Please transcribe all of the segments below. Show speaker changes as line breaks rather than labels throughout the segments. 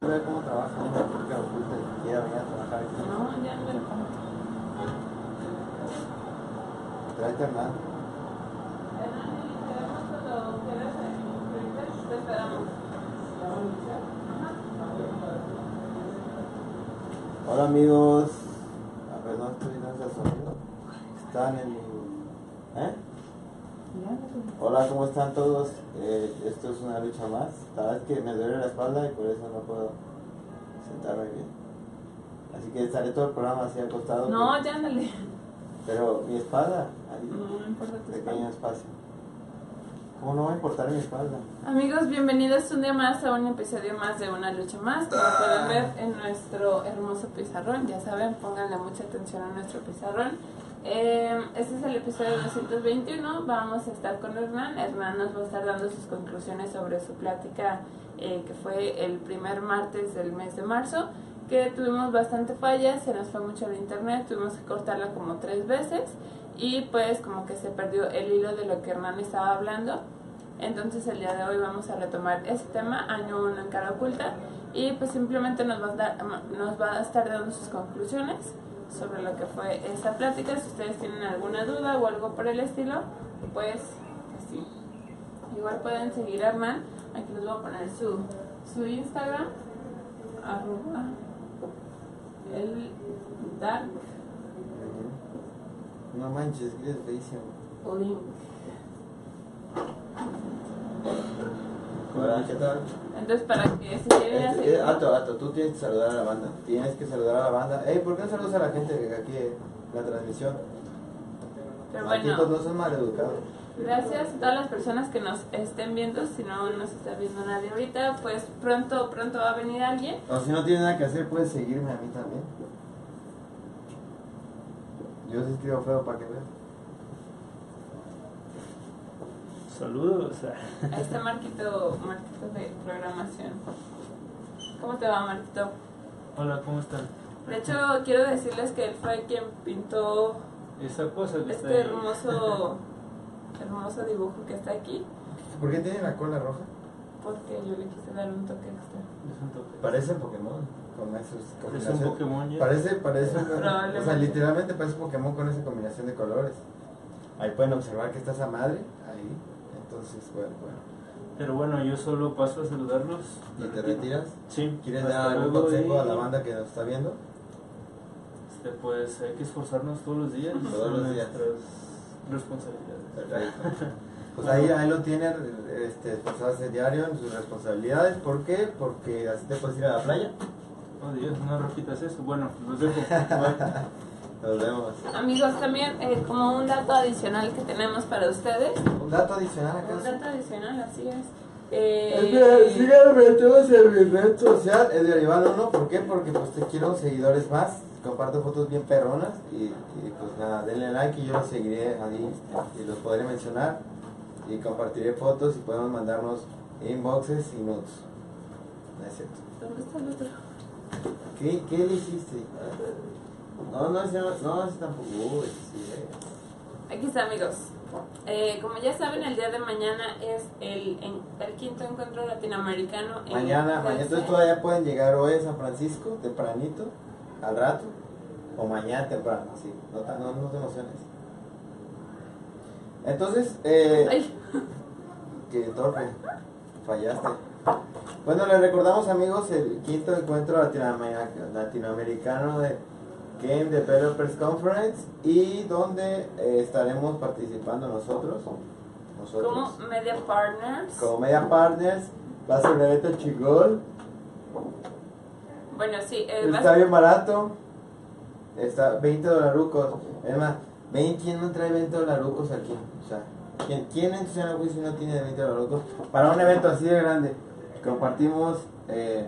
ver cómo trabaja un chico porque ni siquiera venía a trabajar aquí.
No, ya me lo compro.
Tráete a Hernán. Hola amigos. Ah, perdón, estoy en ese sonido. Están en mi. ¿Eh?
Ya me lo
Hola, ¿cómo están todos? Eh, esto es una lucha más. La verdad es que me duele la espalda y por eso no puedo sentarme bien. Así que estaré todo el programa así acostado.
compro. No, ya ándale.
Pero mi espalda,
No,
ahí,
no importa tu
pequeño
espalda.
espacio. ¿Cómo no va a importar mi espalda?
Amigos, bienvenidos un día más a un episodio más de Una Lucha Más. Como pueden ver en nuestro hermoso pizarrón, ya saben, pónganle mucha atención a nuestro pizarrón. Eh, este es el episodio 221. Vamos a estar con Hernán. Hernán nos va a estar dando sus conclusiones sobre su plática eh, que fue el primer martes del mes de marzo. Que tuvimos bastante fallas, se nos fue mucho el internet, tuvimos que cortarla como tres veces y pues como que se perdió el hilo de lo que Hernán estaba hablando. Entonces el día de hoy vamos a retomar ese tema, año 1 en cara oculta, y pues simplemente nos va, a dar- nos va a estar dando sus conclusiones sobre lo que fue esta plática. Si ustedes tienen alguna duda o algo por el estilo, pues así. Igual pueden seguir a Hernán, aquí les voy a poner su, su Instagram, arroba el dark
No manches, Gris es feísimo.
link.
Hola, ¿qué tal?
Entonces para que si quieren
Este,
hacer...
eh, Ato, Ato, tú tienes que saludar a la banda. Tienes que saludar a la banda. Ey, ¿por qué no saludas a la gente que aquí en la transmisión?
Pero
Aquí
bueno.
todos no son maleducados.
Gracias a todas las personas que nos estén viendo. Si no nos está viendo nadie ahorita, pues pronto, pronto va a venir alguien.
O si no tienes nada que hacer, puedes seguirme a mí también. Yo sí escribo feo para que veas.
Saludos.
Ahí está Marquito, Marquito de programación. ¿Cómo te va, Marquito?
Hola, ¿cómo están?
De hecho, quiero decirles que él fue quien pintó
Esa cosa que está
este
ahí.
hermoso, hermoso dibujo que está aquí,
¿Por qué tiene la cola roja?
porque yo le quise dar un toque extra.
Es un toque.
Parece Pokémon. Con esos
Es un
combinaciones.
Pokémon ya.
Parece, parece un- O sea,
Probablemente.
literalmente parece Pokémon con esa combinación de colores. Ahí pueden observar que está esa madre. Ahí. Entonces, bueno, bueno.
Pero bueno, yo solo paso a saludarlos.
¿Y te retiras?
Sí.
¿Quieres
Hasta
dar algún
luego
consejo
y,
a la banda que nos está viendo?
Este, pues hay que esforzarnos todos los días.
Todos los días.
Nuestras responsabilidades.
Perfecto. Pues ahí, ahí lo tiene este, esforzarse diario en sus responsabilidades. ¿Por qué? Porque así te puedes ir a la playa.
Oh Dios, no repitas eso. Bueno, los dejo. Bye.
Nos vemos.
Amigos, también eh, como un dato adicional que tenemos para ustedes.
Un dato adicional
Un
acá.
dato adicional, así es. Eh,
Síganme todos en mi red social, es derivado uno, ¿por qué? Porque pues te quiero seguidores más, comparto fotos bien perronas y, y, pues nada, denle like y yo los seguiré ahí y los podré mencionar y compartiré fotos y podemos mandarnos inboxes y nudes. No es cierto.
¿Dónde está el otro?
¿Qué, qué le hiciste? No, no, ese no, no, ese tampoco. Uy, sí, eh.
Aquí está, amigos. Eh, como ya saben, el día de mañana es el, en- el quinto encuentro latinoamericano. en
Mañana, mañana,
Francia.
entonces todavía pueden llegar hoy a San Francisco, tempranito, al rato, o mañana temprano, sí, no, tan- no, no te emociones. Entonces, eh,
Ay,
que torpe, fallaste. Bueno, les recordamos amigos el quinto encuentro latinoamer- latinoamericano de Game Developers Conference y donde eh, estaremos participando nosotros, nosotros
como Media Partners.
como Media Partners, va a ser un evento chingón.
Bueno, sí, eh, va a
Está
ser-
bien barato. Está 20 dolarucos. Es más, ven quién no trae 20 dolarucos aquí. O sea, ¿quién, quién en su sano juicio no tiene 20 dolarucos? Para un evento así de grande, compartimos eh,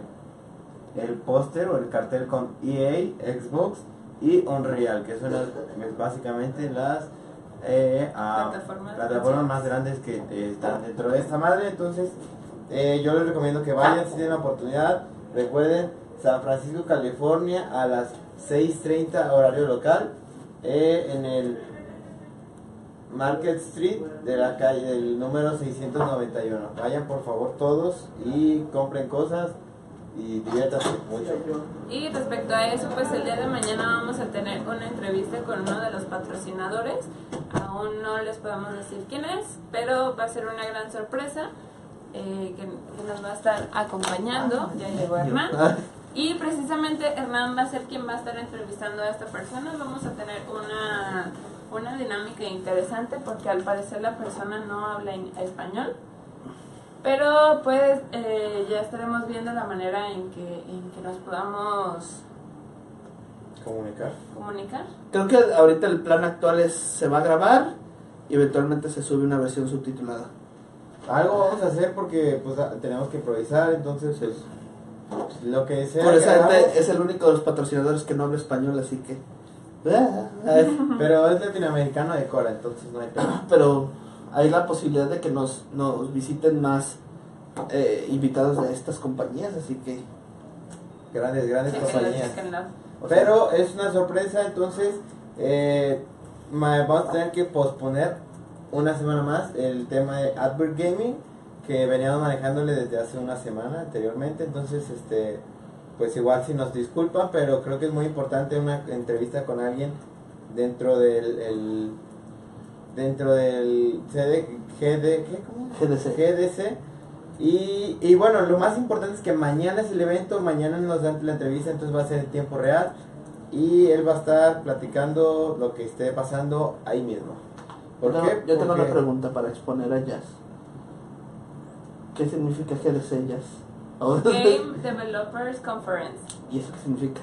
el póster o el cartel con EA, Xbox y Unreal, que son las- es básicamente las eh, ah,
Plataformas.
plataformas más grandes que eh, están dentro de esta madre. Entonces, eh, yo les recomiendo que vayan si tienen la oportunidad. Recuerden, San Francisco, California, a las 6.30 horario local, eh, en el Market Street de la calle del número 691. Vayan por favor todos y compren cosas. y diviértase mucho.
Y respecto a eso, pues el día de mañana vamos a tener una entrevista con uno de los patrocinadores. Aún no les podemos decir quién es, pero va a ser una gran sorpresa eh, que, que nos va a estar acompañando. Ya llegó Hernán. Y precisamente Hernán va a ser quien va a estar entrevistando a esta persona. Vamos a tener una, una dinámica interesante porque al parecer la persona no habla in- español. Pero pues eh, ya estaremos viendo la manera en que, en que nos podamos
Comunicar.
comunicar.
Creo que ahorita el plan actual es se va a grabar y eventualmente se sube una versión subtitulada.
Algo vamos a hacer porque pues a- tenemos que improvisar, entonces pues, lo que sea.
Por
que
eso
hagamos,
ahorita es el único de los patrocinadores que no habla español, así que. Ah, ah,
Pero es latinoamericano de Cora, entonces no hay problema.
Pero hay la posibilidad de que nos, nos visiten más eh, invitados de estas compañías, así que.
Grandes, grandes
Chequenlo,
compañías.
chequenlo.
Pero es una sorpresa, entonces eh, ma- vamos a tener que posponer una semana más el tema de Advert Gaming que veníamos manejándole desde hace una semana anteriormente, entonces este pues igual si nos disculpan, pero creo que es muy importante una entrevista con alguien dentro del el- dentro del CD, GD, ¿qué? ¿Cómo?
GDC.
GDC. Y, y bueno, lo más importante es que mañana es el evento, mañana nos dan la entrevista, entonces va a ser en tiempo real. Y él va a estar platicando lo que esté pasando ahí mismo. ¿Por
Yo-
qué?
Yo tengo
Porque-
una pregunta para exponer a Jazz. ¿Qué significa GDC Jazz?
Game Developers Conference,
¿Y eso qué significa?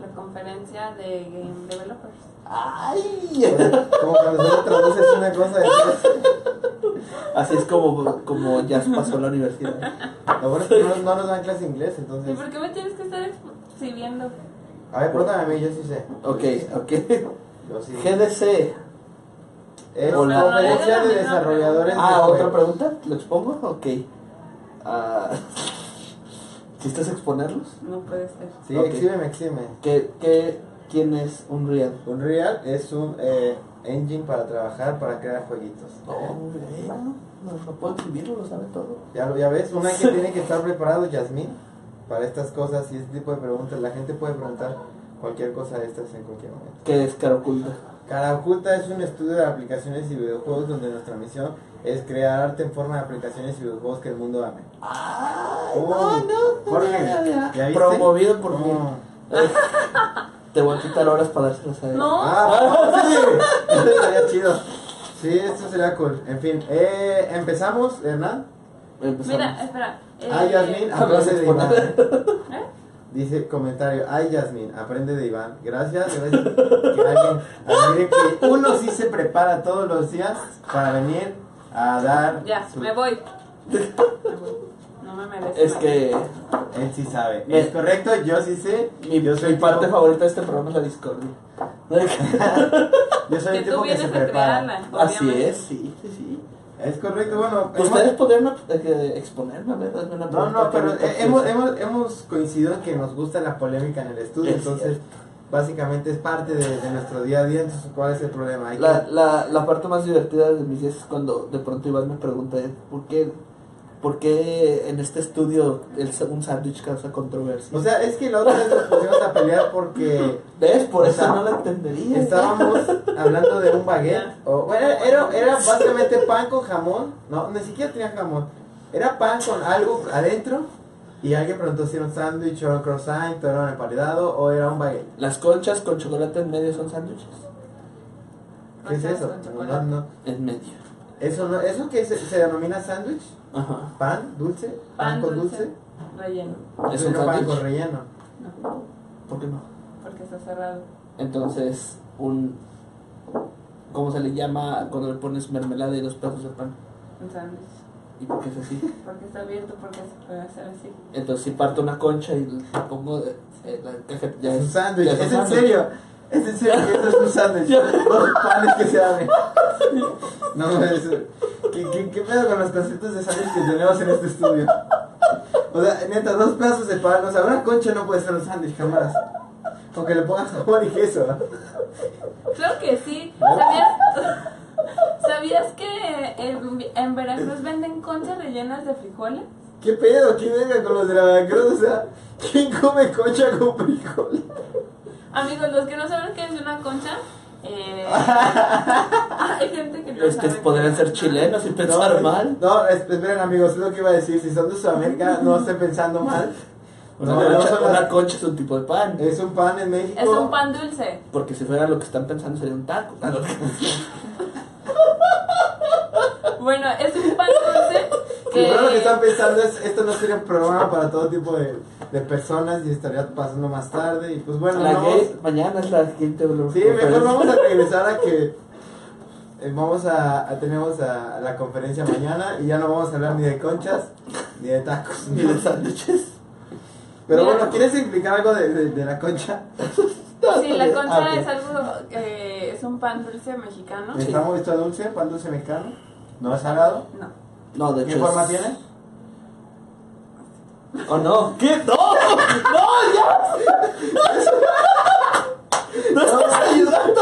la conferencia de Game Developers.
¡Ay!
Como cuando solo traduces una cosa después.
Así es como, como Jazz pasó a la universidad.
Lo bueno es que no, no nos dan clase de inglés, entonces.
¿Y por qué me tienes que estar exhibiendo?
A ver, pregúntame a mí, yo sí sé.
Ok, ok.
Yo sí.
GDC.
Es
Hola.
la conferencia de
Hola.
desarrolladores de
Ah, otra
juegos.
pregunta. ¿Lo expongo? Ok. Ah, ¿Chistes exponerlos?
No puede ser.
Sí,
Ok.
exhíbeme, exhíbeme.
¿Qué, qué, ¿Quién es Unreal?
Unreal es un eh, engine para trabajar, para crear jueguitos.
Oh, No, no, no puedo escribirlo, lo sabe todo.
Ya, lo- ya ves, una que tiene que estar preparado, Yasmín, para estas cosas y este tipo de preguntas. La gente puede preguntar cualquier cosa de estas en cualquier momento.
¿Qué es cara oculta?
Cara Oculta es un estudio de aplicaciones y videojuegos donde nuestra misión es crear arte en forma de aplicaciones y videojuegos que el mundo ame.
Ay,
Oh,
Ah, no, no, no,
Jorge,
no, no.
¿ya viste?
Promovido por mí.
Oh.
Te voy a quitar horas para dárselas a él.
No.
Ah, sí, esto estaría chido. Sí, esto sería cool. En fin, eh, empezamos, Hernán.
Empezamos.
Mira, espera.
pues Ah,
eh,
Yasmín,
Ah,
aprende de Iván.
gracias
¿Eh?
Dice comentario, ay Yasmín, aprende de Iván. Gracias, gracias que alguien admire que uno sí se prepara todos los días para venir a dar
Ya,
su-
me voy. Me voy. No me merece.
Es que
Él sí sabe.
Me-
Es correcto, yo sí sé.
mi,
yo soy
mi parte
tipo-
favorita de este programa es la discordia.
Yo soy
Que
el
tú
tipo que se
vienes a
prepara.
crearla.
Así
obviamente.
es, sí, sí, sí.
Es correcto, bueno.
Ustedes
hemos-
podrían eh, que exponerme, a ver, hazme una
No,
pregunta.
no,
que
pero
ahorita
eh,
pienso.
hemos, hemos, hemos coincidido en que nos gusta la polémica en el estudio,
Es
entonces básicamente es parte de, de nuestro día a día, entonces ¿cuál es el problema? Hay
La,
que-
la, la parte más divertida de mis días es cuando de pronto Iván me pregunta eh, por qué, por qué en este estudio el, sa- un sándwich causa controversia.
O sea, es que la otra vez nos pusimos a pelear porque
¿Ves? Por
o
eso
sea,
no la entendería.
estábamos hablando de un baguette. O, bueno, era, era básicamente pan con jamón. No, ni siquiera tenía jamón. Era pan con algo adentro. Y alguien preguntó si era un sándwich, o era un croissant, o era un emparedado, o era un baguette.
Las conchas con chocolate en medio son sándwiches.
¿Qué es
Conchas
eso?
con
No,
chocolate.
no, no.
En medio.
Eso, no, ¿Eso que se, se denomina sándwich?
Ajá.
¿Pan dulce? ¿Pan,
Pan
con
dulce.
dulce?
Relleno.
¿Es un
Pero pan
sándwich?
con relleno.
No,
¿Por qué no?
porque está cerrado.
Entonces, un. ¿Cómo se le llama cuando le pones mermelada y dos pedazos de pan?
Un sándwich.
¿Y por qué es así?
Porque está abierto, porque se puede hacer así.
Entonces, si parto una concha y le pongo eh, la caja. Ya
es un
es-
sándwich.
ya
¿Es,
un
en
sándwich.
serio? ¿Es en serio que eso es un sándwich?
Ya.
Dos panes que se abren. No, eso. ¿Qué, qué, ¿Qué pedo con los conceptos de sándwich que tenemos en este estudio? O sea, neta, dos pedazos de pan. O sea, una concha no puede ser un sándwich jamás. Aunque le pongas jamón y queso.
Claro que sí. ¿Sabías, ¿Sabías que en, en Veracruz venden conchas rellenas de frijoles?
¿Qué pedo? ¿Qué verga con los de la Veracruz? O sea, ¿quién come concha con frijol?
Amigos, los que no saben qué es una concha, eh, hay gente que no
Los que
sabe qué
podrían
es
ser
una-
chilenos y pensar
no,
mal.
No, es- esperen amigos, es lo que iba a decir. Si son de Sudamérica, no estén pensando mal.
Una,
No,
concha,
no, no.
una concha es un tipo de pan.
Es un pan en México.
Es un pan dulce.
Porque si fuera lo que están pensando sería un taco. Ah, no.
Bueno, es un pan dulce
Y
que...
bueno, lo que están pensando es, esto no sería un programa para todo tipo de, de personas y estaría pasando más tarde. Y pues bueno,
La
no,
gay, mañana es la gente.
Sí, mejor vamos a regresar a que eh, vamos a, a- tenemos a la conferencia mañana y ya no vamos a hablar ni de conchas ni de tacos.
Y los sándwiches.
Pero
Mira.
bueno, ¿quieres explicar algo de, de- de la concha?
Sí, la concha
Ah, ok.
es algo que es un pan dulce mexicano.
Está muy está dulce, pan dulce mexicano, no es salado.
No.
No, de
¿Qué
hecho.
forma
es-
tiene?
¿O no? ¿Qué? ¡No! ¡No, ya! ¡No estás ayudando!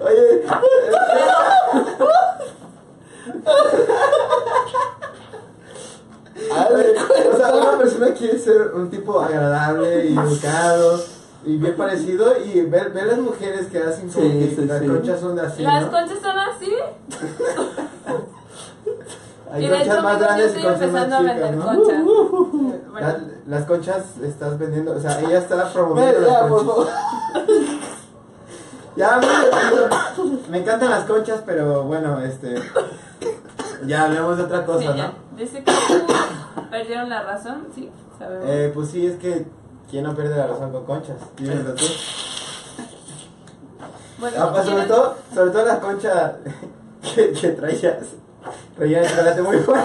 Oye,
A
oye,
ver,
o sea, una persona quiere ser un tipo agradable y educado y bien parecido y ver, ver las mujeres que hacen como
Sí,
que
sí,
las
sí.
conchas son de así,
Las
¿no?
conchas son así.
Hay
y de hecho,
conchas más
amigos, yo
grandes y
estoy
conchas
empezando
más
a
chicas,
vender
¿no? Uh,
conchas.
La-
Bueno,
las conchas estás vendiendo, o sea, ella está promoviendo
Ven,
las
ya, por
conchas.
favor.
Ya, amigo, me encantan las conchas, pero bueno, este. Ya hablemos de otra
sí,
cosa,
ya.
¿no?
Dice que uh, perdieron la razón, sí, sabemos.
Eh, pues sí, es que. ¿Quién no pierde la razón con conchas? Dímelo tú.
bueno,
Ah, pues, sobre
¿quieren-
todo, sobre todo la concha que, que traías. Traía el chocolate muy bueno.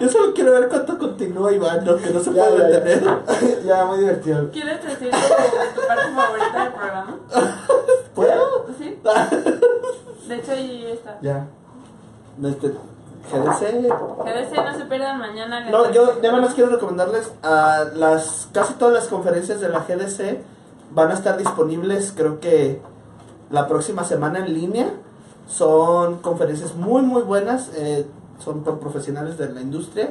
Yo solo quiero ver cuánto continúa Iván, no, que no se
Ya,
puede
ya,
detener.
ya. Ya, muy divertido.
¿Quieres decir tu, tu parte favorita del programa?
¿Puedo?
¿Sí? De hecho, ahí está.
Ya.
No, este, GDC.
Que a veces no se pierdan mañana. la
No, yo
entrevista.
nada más quiero recomendarles a las casi todas las conferencias de la GDC van a estar disponibles, creo que la próxima semana en línea. Son conferencias muy, muy buenas. eh, son por profesionales de la industria.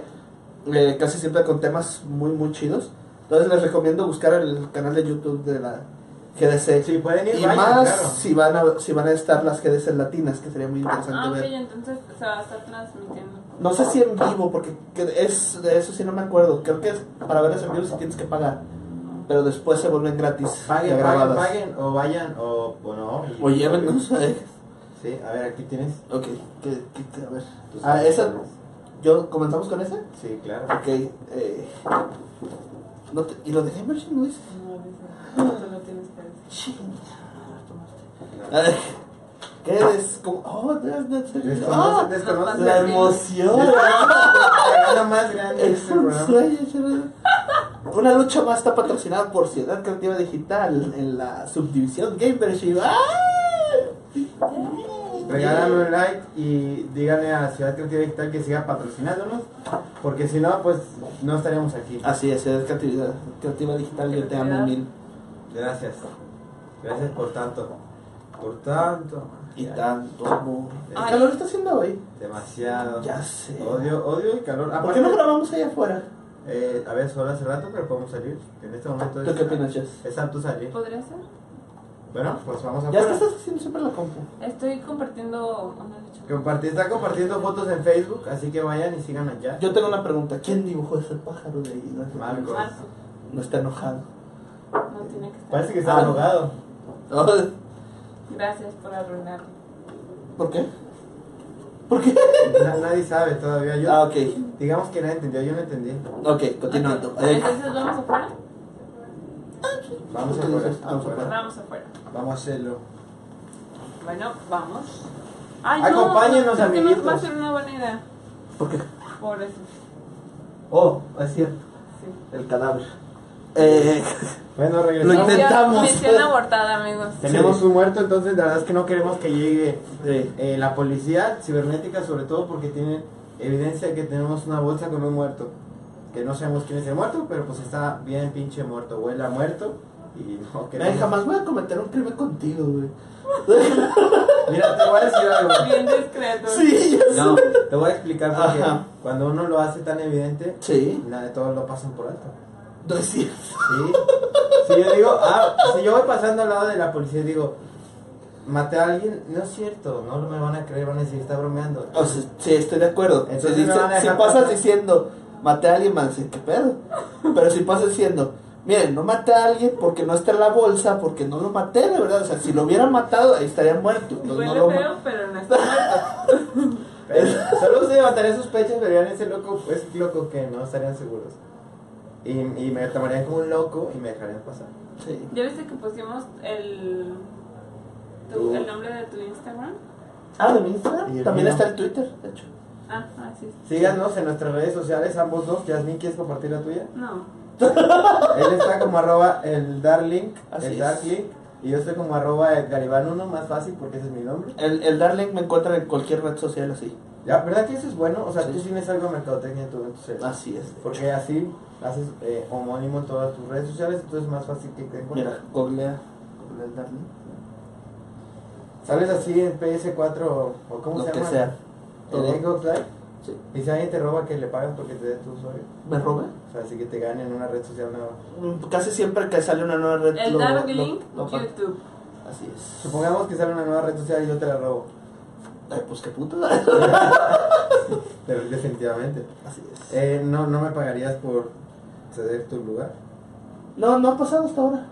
eh, casi siempre con temas muy, muy chidos. Entonces les recomiendo buscar el canal de YouTube de la GDC.
Si Eh, pueden ir,
y
vayan,
más
claro.
si, van a, si van a estar las GDC latinas, que sería muy interesante
Ah, ok,
ver.
entonces se va a estar transmitiendo.
No sé si en vivo, porque que- es de eso sí no me acuerdo. Creo que es para verlas en vivo sí tienes que pagar. Pero después se vuelven gratis.
Paguen,
ya
paguen,
grabadas.
paguen, o vayan, o, o no.
O llévenos. eh.
Sí, a ver, aquí tienes.
Ok, que- que- a ver.
tus
Ah, esa.
conchas.
¿Yo comenzamos con esa?
Sí, claro.
Ok. Eh, no te- ¿Y lo de Emerson, Luis?
No, dice, tú lo tienes que decir.
A ver, ¿Qué es? Como, oh, that's, that's,
Desconoce-
ah,
desconoce-
la emoción.
Cagada más grande
Es
este
un
programa.
sueño, chaval. Una lucha más está patrocinada por Ciudad Creativa Digital en la subdivisión Gamership. ¡Ay!
Regálame un like y díganle a Ciudad Creativa Digital que siga patrocinándonos, porque si no, pues no estaríamos aquí.
Así es, Ciudad Creativa, Creativa Digital, yo te amo mil.
Gracias. Gracias por tanto. Por tanto.
Y tanto amor. ¿Qué
Ay.
calor está haciendo hoy?
Demasiado.
Ya sé.
Odio, odio el calor.
¿Por qué no
Aparte,
grabamos allá afuera?
eh, a ver, solo hace rato, pero podemos salir. En este momento
¿Tú
es,
qué opinas, Jess?
es apto salir.
¿Podría ser?
Bueno, pues vamos a
Ya es que estás haciendo siempre la compu.
Estoy compartiendo una lucha.
Compartir, está compartiendo fotos en Facebook, así que vayan y sigan allá.
Yo tengo una pregunta. ¿Quién dibujó ese pájaro de ahí? No,
Marco.
Marco,
No está enojado.
no tiene que estar.
Parece que está
Ah.
drogado.
Oh,
Gracias por arruinarlo.
¿Por qué? ¿Por qué?
Na- nadie sabe todavía. Yo,
Ah, ok.
Digamos que nadie entendió, yo no entendí.
Ok, continuando.
Ok,
Eh,
Entonces vamos afuera.
Vamos afuera,
Vamos
afuera.
Vamos afuera.
Vamos a hacerlo.
Bueno, vamos. Ay,
Acompáñenos,
creo que no
amiguitos.
Va a ser una buena idea.
¿Por qué?
Por eso.
Oh, es cierto,
Sí.
el cadáver.
Eh,
Bueno,
Lo
regresamos.
intenté. intentamos.
Misión abortada, amigos.
Tenemos
Sí.
un muerto, entonces la verdad es que no queremos que llegue
eh,
eh, la policía cibernética, sobre todo porque tienen evidencia de que tenemos una bolsa con un muerto. Que no sabemos quién es el muerto, pero pues está bien pinche muerto. Huele a muerto Y no, que
Ay,
no.
jamás voy a cometer un crimen contigo, güey.
Mira, te voy a decir algo.
Bien discreto.
Sí, ya sé.
No, te voy a explicar porque
Ajá.
cuando uno lo hace tan evidente,
Sí,
la de todos lo pasan por alto.
no es cierto.
Sí. Si yo digo, ah, si yo voy pasando al lado de la policía y digo, maté a alguien, no es cierto, no me van a creer, van a decir, está bromeando.
O sea, sí, estoy de acuerdo.
Entonces
si,
me van a
si
dejar
pasas
pasar.
diciendo, maté a alguien, van a decir, ¿qué pedo? Pero si pasas diciendo, miren, no maté a alguien porque no está en la bolsa, porque no lo maté, de verdad. O sea, si lo hubieran matado, ahí estaría muerto. Entonces,
Huele
no lo ma-
feo, pero no está muerto.
Pero solo se levantarían sus pechos, verían ese loco, ese loco que no estarían seguros. Y, y me tomarían como un loco y me dejarían pasar.
Sí.
¿Ya viste que pusimos el, tu- el nombre de tu Instagram?
Ah, de mi
Y
Instagram.
el
También
mío.
está el Twitter, de hecho.
Ah, ah, sí. sí.
Síganos en nuestras redes sociales, ambos dos. Yasmin, ¿quieres compartir la tuya?
No.
Él está como arroba el darlink,
Así
el
es.
darklink. Y yo estoy como arroba el garibán 1, más fácil porque ese es mi nombre.
El, el Darling me encuentra en cualquier red social así.
Ya, ¿verdad que eso es bueno? O sea,
Sí.
tú tienes algo de mercadotecnia en tu red social.
Así es.
Porque así haces eh, homónimo en todas tus redes sociales, entonces es más fácil que te encuentres.
Mira, googlea, googlea el Darling.
Sales así en PS4 o, o cómo
Lo
se
que
llama.
sea.
En
Todo.
Xbox Live.
Sí.
Y si alguien te roba, que le pagas porque te dé tu usuario.
¿Me roba?
O sea, así que te ganen en una red social nueva.
Mm, Casi siempre que sale una nueva red.
El
lo-
Dark
lo-
Link,
lo-
YouTube.
Así es.
Supongamos que sale una nueva red social y yo te la robo.
Ay, pues qué puto.
De- definitivamente.
Así es.
Eh, no, no me pagarías por ceder tu lugar.
No, no ha pasado hasta ahora.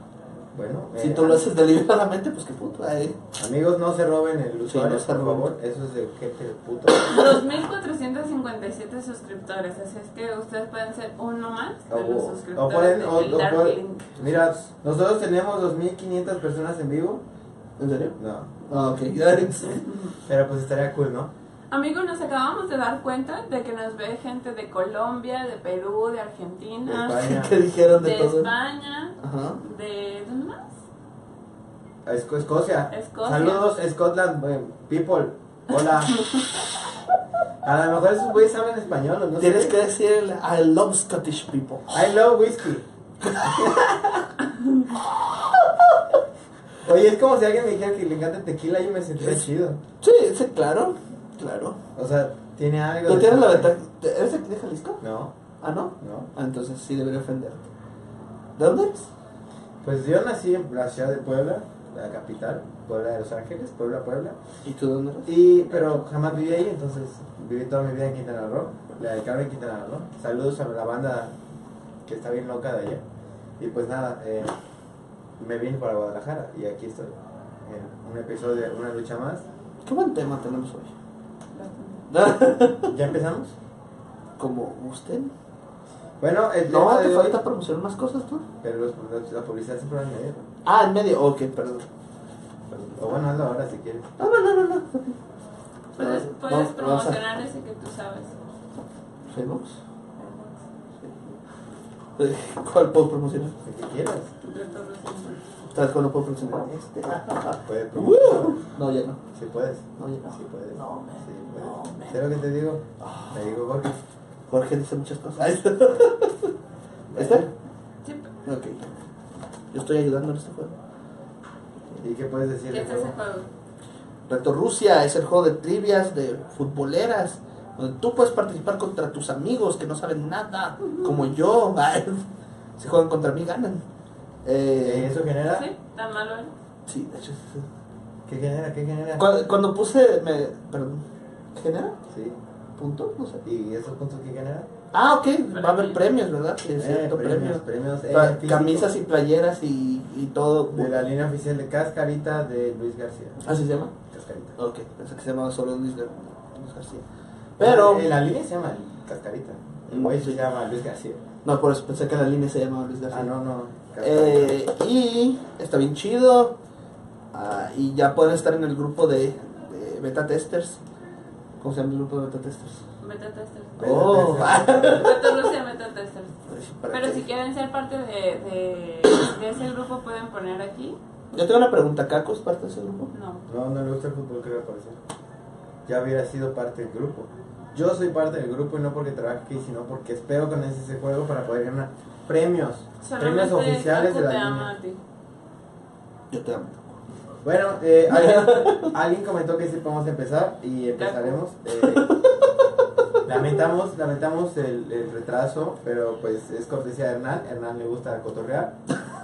Bueno, eh,
Si tú lo haces deliberadamente, pues qué puto. Ay,
amigos, no se roben el usuario,
no se
por
roben.
favor. Eso es de jefe de puta.
2.457 suscriptores, así es que ustedes pueden ser uno más de los
O, o
suscriptores
pueden,
del
o, o
Dark
pueden-
Link.
Mira, nosotros tenemos 2.500 personas en vivo.
¿En serio?
No,
Ah, ok.
pero pues estaría cool, ¿no?
Amigos, nos acabamos de dar cuenta de que nos ve gente de Colombia, de Perú, de Argentina,
De España.
¿Qué dijeron de,
de
todo?
España,
Ajá.
de... ¿Dónde más?
A Esco- Escocia.
Escocia.
Saludos, Scotland, eh, people. Hola. A lo mejor esos güeyes hablan español, ¿no? sé.
Tienes que decir el I love Scottish people.
I love whiskey. Oye, es como si alguien me dijera que le encanta el tequila y yo me sentiría chido.
Sí, sí, claro. Claro.
O sea, tiene algo.
Tú
de-
tienes la ventaja. ¿Eres aquí de Jalisco?
No,
Ah, no.
no.
Ah, entonces sí debería ofenderte. ¿De dónde eres?
Pues yo nací en la ciudad de Puebla, la capital, Puebla de Los Ángeles, Puebla, Puebla.
¿Y tú de dónde eres?
Y, pero jamás viví ahí, entonces viví toda mi vida en Quintana Roo, la de Carmen Quintana Roo. Saludos a la banda que está bien loca de allá. Y pues nada, eh, me vine para Guadalajara y aquí estoy. En un episodio de Una Lucha Más.
Qué buen tema tenemos hoy.
¿Ya empezamos?
Como usted.
Bueno, el
No,
tema
te
de hoy-
falta promocionar más cosas tú.
Pero los, los- la publicidad siempre va en medio.
Ah, en medio. Ok, perdón.
O bueno, hazlo ahora si quieres.
No, no, no, no. no.
Puedes, puedes
No, no, vamos a-
promocionar ese que tú sabes.
¿Facebook? Eh, ¿Cuál puedo promocionar?
El que quieras.
Reto Rosenberg.
¿Sabes cuál no puedo promocionar? Este. ah, ah,
Puedes
ah.
promocionar.
No, ya no.
Si puedes.
No, ya no.
Si puedes.
No, man.
Sí, puedes.
No, man. Ah,
¿Sabes lo que te digo? Te digo Jorge.
Jorge dice muchas cosas. ¿Este?
Sí,
Ok. Yo estoy ayudando en este juego.
¿Y qué puedes decir?
¿Qué
de
es ese
nuevo?
juego?
Reto Rusia es el juego de trivias, de futboleras, donde tú puedes participar contra tus amigos que no saben nada, como yo. Si juegan contra mí, ganan.
Eh,
Eh,
¿Eso genera?
¿Sí? ¿Tan malo ¿eh? era?
sí, de hecho. sí, sí.
¿Qué genera? ¿Qué genera?
Cuando, cuando puse. Me, perdón. ¿Genera?
Sí.
¿Punto? No sé.
¿Y esos puntos qué genera?
Ah, ok, va a haber premios, ¿verdad? Sí, es cierto,
Eh, premios,
Eh, premios.
premios. eh,
Tra-
físicos.
Camisas y playeras y, y todo.
De la línea oficial de Cascarita de Luis García.
¿Así se llama?
Cascarita.
Ok, pensé que se llamaba solo Luis Gar- Luis García. Pero. Mm.
Eh, la línea se llama Cascarita. El güey se llama Luis García.
No, por eso pensé que la línea se llamaba Luis García.
Ah, no, no. Cascarita.
Eh, y está bien chido. Ah, y ya pueden estar en el grupo de, de beta testers. ¿Cómo se llama el grupo de beta testers?
Beta Testers.
oh,
Reto Rusia, Beta Testers.
Para
Pero
que-
si quieren ser parte de, de, de ese grupo, pueden poner aquí.
Yo tengo una pregunta, ¿Caco es parte de ese grupo?
No.
No, no le gusta el fútbol, creo, al parecer. Ya hubiera sido parte del grupo. Yo soy parte del grupo y no porque trabaje aquí, sino porque espero con ese juego para poder ganar premios. premios
Solamente
oficiales de
Goku
la
te
línea.
ama a ti.
Yo te amo.
Bueno, eh, alguien, alguien comentó que sí podemos empezar y empezaremos. eh, lamentamos lamentamos el, el retraso, pero pues es cortesía de Hernán. Hernán le gusta cotorrear.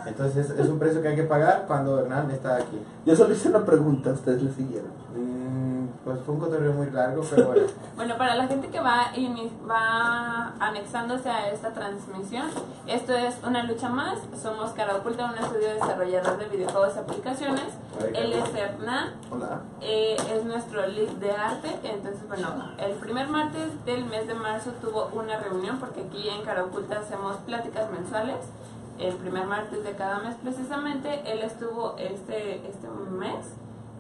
Entonces es un precio que hay que pagar cuando Hernán está aquí.
Yo solo hice una pregunta, ustedes le siguieron.
Mm, pues fue un cotorreo muy largo, pero bueno.
Bueno, para la gente que va, ini- va anexándose a esta transmisión, esto es Una Lucha Más. Somos Cara Oculta, un estudio desarrollador de videojuegos y aplicaciones. Él es Hernán,
Hola.
eh, es nuestro lead de arte. Entonces, bueno, el primer martes del mes de marzo tuvo una reunión porque aquí en Cara Oculta hacemos pláticas mensuales. El primer martes de cada mes precisamente, él estuvo este, este mes,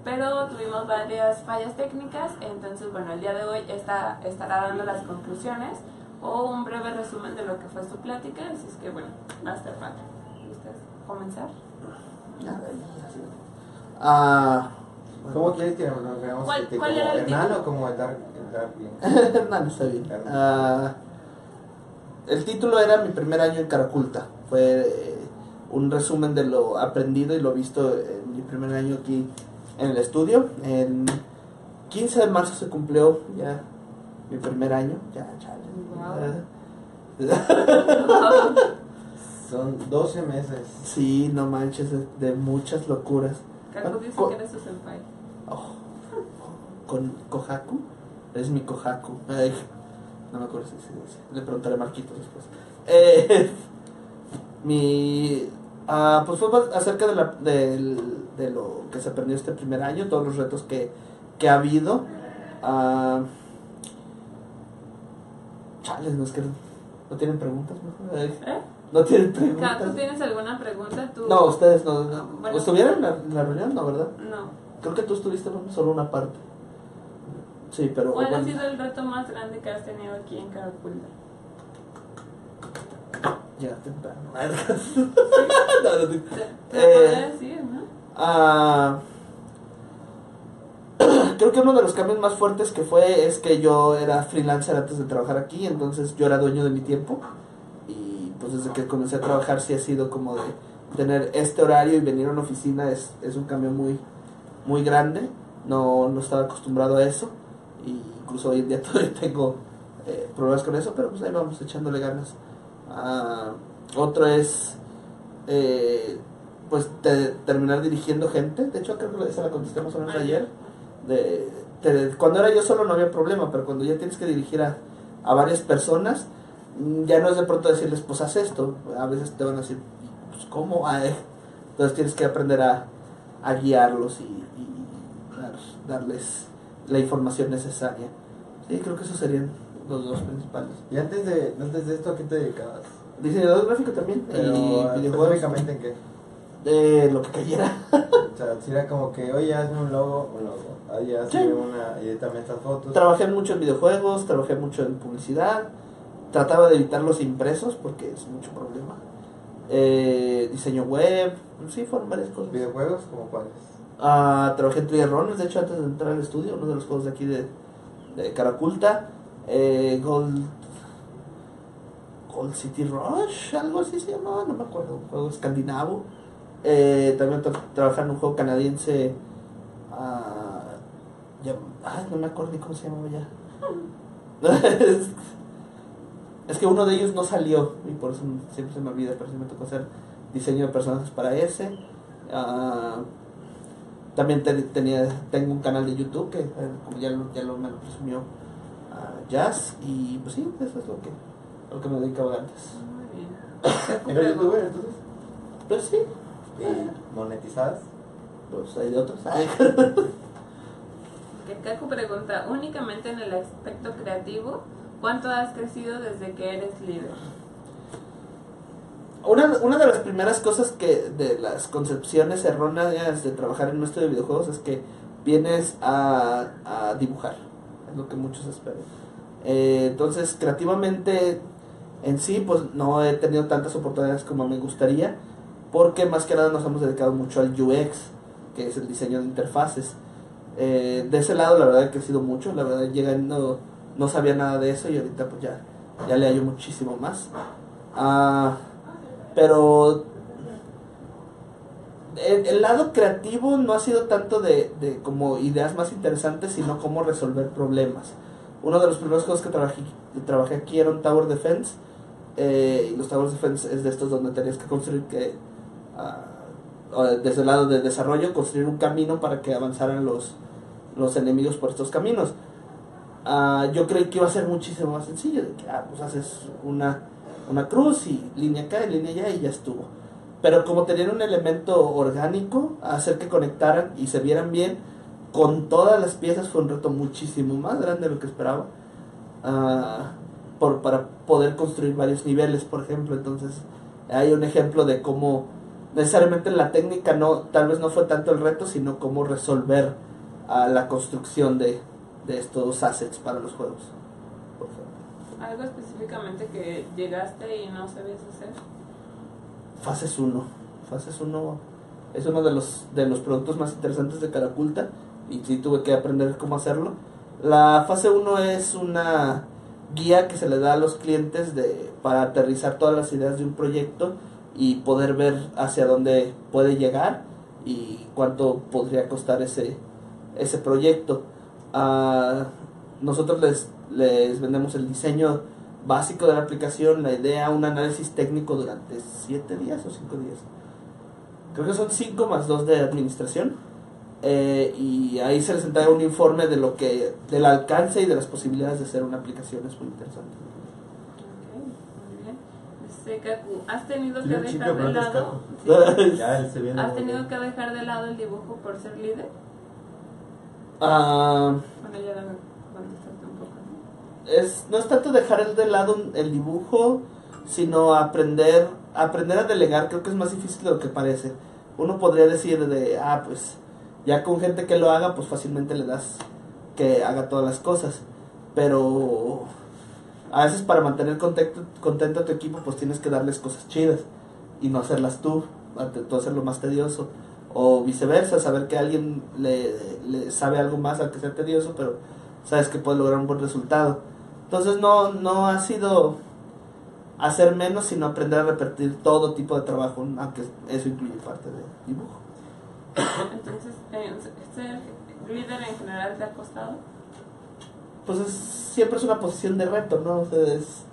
pero tuvimos varias fallas técnicas, entonces bueno, el día de hoy está, estará dando las conclusiones o un breve resumen de lo que fue su plática, así es que bueno, va a estar padre. ¿Listas? ¿Comenzar?
Ah.
¿Cómo quieres que nos nos veamos?
¿Cuál-
Este,
cuál
¿Como
era el
Hernán
título?
o como el Dark, el Dark Link?
no, no está bien. Ah, el título era Mi primer año en Caraculta. Fue eh, un resumen de lo aprendido y lo visto en mi primer año aquí en el estudio. El 15 de marzo se cumplió ya mi primer año. Ya, chale.
Son 12 meses.
Sí, no manches, de, de muchas locuras.
Kaku dice que eres su senpai.
Oh, con Kohaku. Eres mi Kohaku. Ay, no me acuerdo si se dice. Le preguntaré a Marquito después. Eh, mi. ah, pues fue más acerca de, la- del- de lo que se aprendió este primer año, todos los retos que, que ha habido. Ah, chales, no es que. ¿No tienen preguntas, mejor? Ay,
¿Eh?
¿No tienen
Ka, ¿tú
preguntas?
tienes alguna pregunta? ¿Tú?
No, ustedes no. no.
Bueno.
¿Estuvieron en la, en la reunión? No, ¿verdad?
No.
Creo que tú estuviste en solo una parte. Sí, pero.
¿Cuál ha
bueno,
sido el reto más grande que has tenido aquí en Caraculta?
Llegar temprano. No, no, no.
¿Te, te
Eh.
podría decir, no?
Ah, creo que uno de los cambios más fuertes que fue es que yo era freelancer antes de trabajar aquí, entonces yo era dueño de mi tiempo. Y pues desde que comencé a trabajar sí ha sido como de tener este horario y venir a una oficina es, es un cambio muy, muy grande. No, no estaba acostumbrado a eso. Y incluso hoy en día todavía tengo eh, problemas con eso, pero pues ahí vamos echándole ganas. Ah, otro es... eh, pues te- terminar dirigiendo gente. De hecho, creo que se la contesté más o menos ayer. De, te- cuando era yo solo no había problema, pero cuando ya tienes que dirigir a, a varias personas, mm, ya no es de pronto decirles, pues haz esto. A veces te van a decir, pues cómo. Ah, eh. Entonces tienes que aprender a, a guiarlos y, y dar- darles la información necesaria. Sí, creo que esos serían los dos principales.
¿Y antes de, antes de esto a qué te dedicabas?
Diseñador gráfico también.
Pero,
y videojuegos.
específicamente en qué?
Eh, lo que cayera.
O sea, si era como que, oye, hazme un logo, un logo. Oye, Ah, hazme
Sí.
una, edítame estas fotos.
Trabajé mucho en videojuegos, trabajé mucho en publicidad, trataba de evitar los impresos porque es mucho problema. Eh, diseño web, sí, fueron varias cosas.
¿Videojuegos? como cuáles?
Ah, trabajé en Triarrones, de hecho, antes de entrar al estudio, uno de los juegos de aquí de, de Caraculta. Eh, Gold. Gold City Rush, algo así se llamaba, no me acuerdo, un juego escandinavo. Eh, también tra- trabajé en un juego canadiense. ah, llam- ah, no me acuerdo ni cómo se llamaba ya. es, es que uno de ellos no salió y por eso siempre se me olvida, pero sí me tocó hacer diseño de personajes para ese. Ah, también te- tenía, tengo un canal de YouTube que, eh, como ya lo, ya lo- me lo presumió ah, Jazz, y pues sí, eso es lo que, lo que me dedicaba antes.
Muy bien.
¿Eres youtuber entonces?
Pero sí,
¿Y monetizabas?
pues hay de otros.
Que Kaku pregunta, únicamente en el aspecto creativo, ¿cuánto has crecido desde que eres líder?
Una, una de las primeras cosas que de las concepciones erróneas de trabajar en un estudio de videojuegos es que vienes a, a dibujar, es lo que muchos esperan. Eh, entonces, creativamente en sí, pues no he tenido tantas oportunidades como me gustaría, porque más que nada nos hemos dedicado mucho al UX, que es el diseño de interfaces. Eh, de ese lado, la verdad, he crecido mucho, la verdad, llegando no sabía nada de eso y ahorita pues ya, ya le hallo muchísimo más. Ah, pero el, el lado creativo no ha sido tanto de, de como ideas más interesantes, sino cómo resolver problemas. Uno de los primeros juegos que trabajé, que trabajé aquí era un Tower Defense. eh, y los Tower Defense es de estos donde tenías que construir que... ah, o desde el lado de desarrollo, construir un camino para que avanzaran los, los enemigos por estos caminos. Ah, yo creí que iba a ser muchísimo más sencillo, de que ah, pues haces una, una cruz y línea acá y línea allá y ya estuvo. Pero como tenían un elemento orgánico, hacer que conectaran y se vieran bien con todas las piezas fue un reto muchísimo más grande de lo que esperaba. Ah, por, para poder construir varios niveles, por ejemplo. Entonces, hay un ejemplo de cómo necesariamente la técnica no, tal vez no fue tanto el reto, sino cómo resolver a la construcción de, de estos assets para los juegos. por ejemplo.
Algo específicamente que llegaste y no sabías hacer.
Fases 1. Fases 1 es uno de los, de los productos más interesantes de Caraculta y sí tuve que aprender cómo hacerlo. La fase 1 es una guía que se le da a los clientes de, para aterrizar todas las ideas de un proyecto y poder ver hacia dónde puede llegar y cuánto podría costar ese, ese proyecto. Ah, nosotros les, les vendemos el diseño básico de la aplicación, la idea, un análisis técnico durante 7 días o 5 días. Creo que son 5 más 2 de administración. Eh, y ahí se les entrega un informe de lo que del alcance y de las posibilidades de hacer una aplicación. Es muy interesante.
Ok, muy bien. Dice Kaku, ¿has tenido que
Tiene un
dejar
chingo
de
de broncas,
lado?
Kaku.
Sí.
Ya, él se viene.
¿Has tenido que dejar de lado el dibujo por ser líder?
Ah,
Bueno, ya lo contestaste un poco. ¿no?
es, no es tanto dejar el de lado un- el dibujo, sino aprender, aprender a delegar, creo que es más difícil de lo que parece. Uno podría decir de, ah, pues ya con gente que lo haga, pues fácilmente le das que haga todas las cosas. Pero a veces para mantener contento, contento a tu equipo, pues tienes que darles cosas chidas y no hacerlas tú, ante tú hacerlo más tedioso. O viceversa, saber que alguien le, le sabe algo más al que sea tedioso, pero sabes que puedes lograr un buen resultado. Entonces no, no ha sido hacer menos, sino aprender a repetir todo tipo de trabajo, aunque eso incluye parte de dibujo.
Entonces, eh, ¿ser líder en general te ha costado?
Pues es- siempre es una posición de reto, ¿no? O sea, es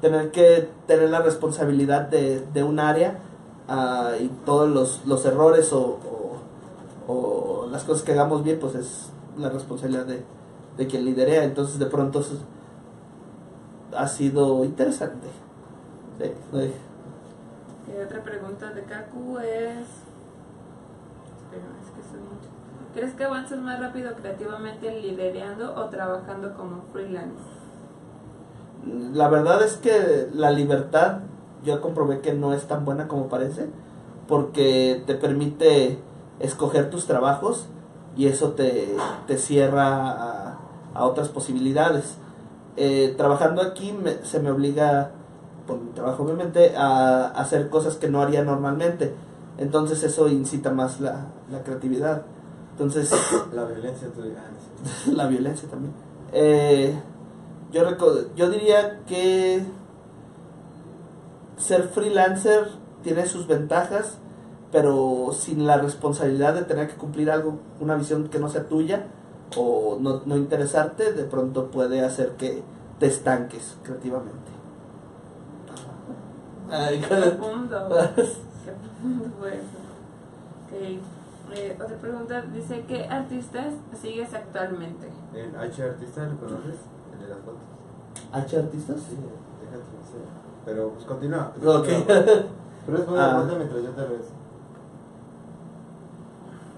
tener que tener la responsabilidad de, de un área ah, y todos los, los errores o, o- o las cosas que hagamos bien, pues es la responsabilidad de, de quien liderea. Entonces de pronto eso es- ha sido interesante. Sí, sí.
Y otra pregunta de Kaku es... Espera, es que son muchas. ¿Crees que avanzas más rápido creativamente lidereando o trabajando como freelance?
La verdad es que la libertad yo comprobé que no es tan buena como parece, porque te permite escoger tus trabajos y eso te, te cierra a, a otras posibilidades. Eh, trabajando aquí me- se me obliga, por mi trabajo obviamente, a hacer cosas que no haría normalmente. Entonces eso incita más la, la creatividad. Entonces
La violencia, tú digas. ah,
la violencia también. Eh, yo, reco- yo diría que ser freelancer tiene sus ventajas, pero sin la responsabilidad de tener que cumplir algo, una visión que no sea tuya o no, no interesarte, de pronto puede hacer que te estanques creativamente. Ay,
Profundo. Qué profundo fue eso. Ok. Eh, otra pregunta dice, ¿qué artistas sigues actualmente?
sí. El H artista, ¿lo conoces? El de las fotos.
¿H artistas?
Sí, déjate, sí. Pero pues continúa.
Ok.
Pero es buena
Ah.
pregunta mientras yo te regreso.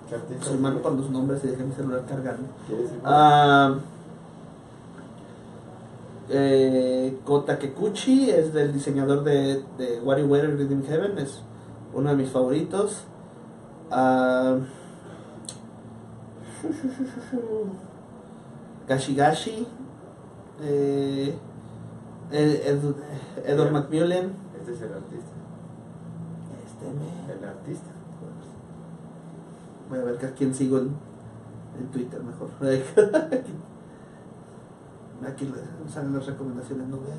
¿Qué artista?
Soy malo con los nombres y dejé mi celular cargando.
¿Quieres ir?
Ah, eh, Kota Kekuchi es del diseñador de, de WarioWare Rhythm Heaven, es uno de mis favoritos. Ah, Gashigashi, eh, Ed- Ed- Edward McMullen.
Este es el artista.
Este me-
El artista.
Voy a ver a quién sigo en, en Twitter mejor. Aquí le- salen las recomendaciones, no veas.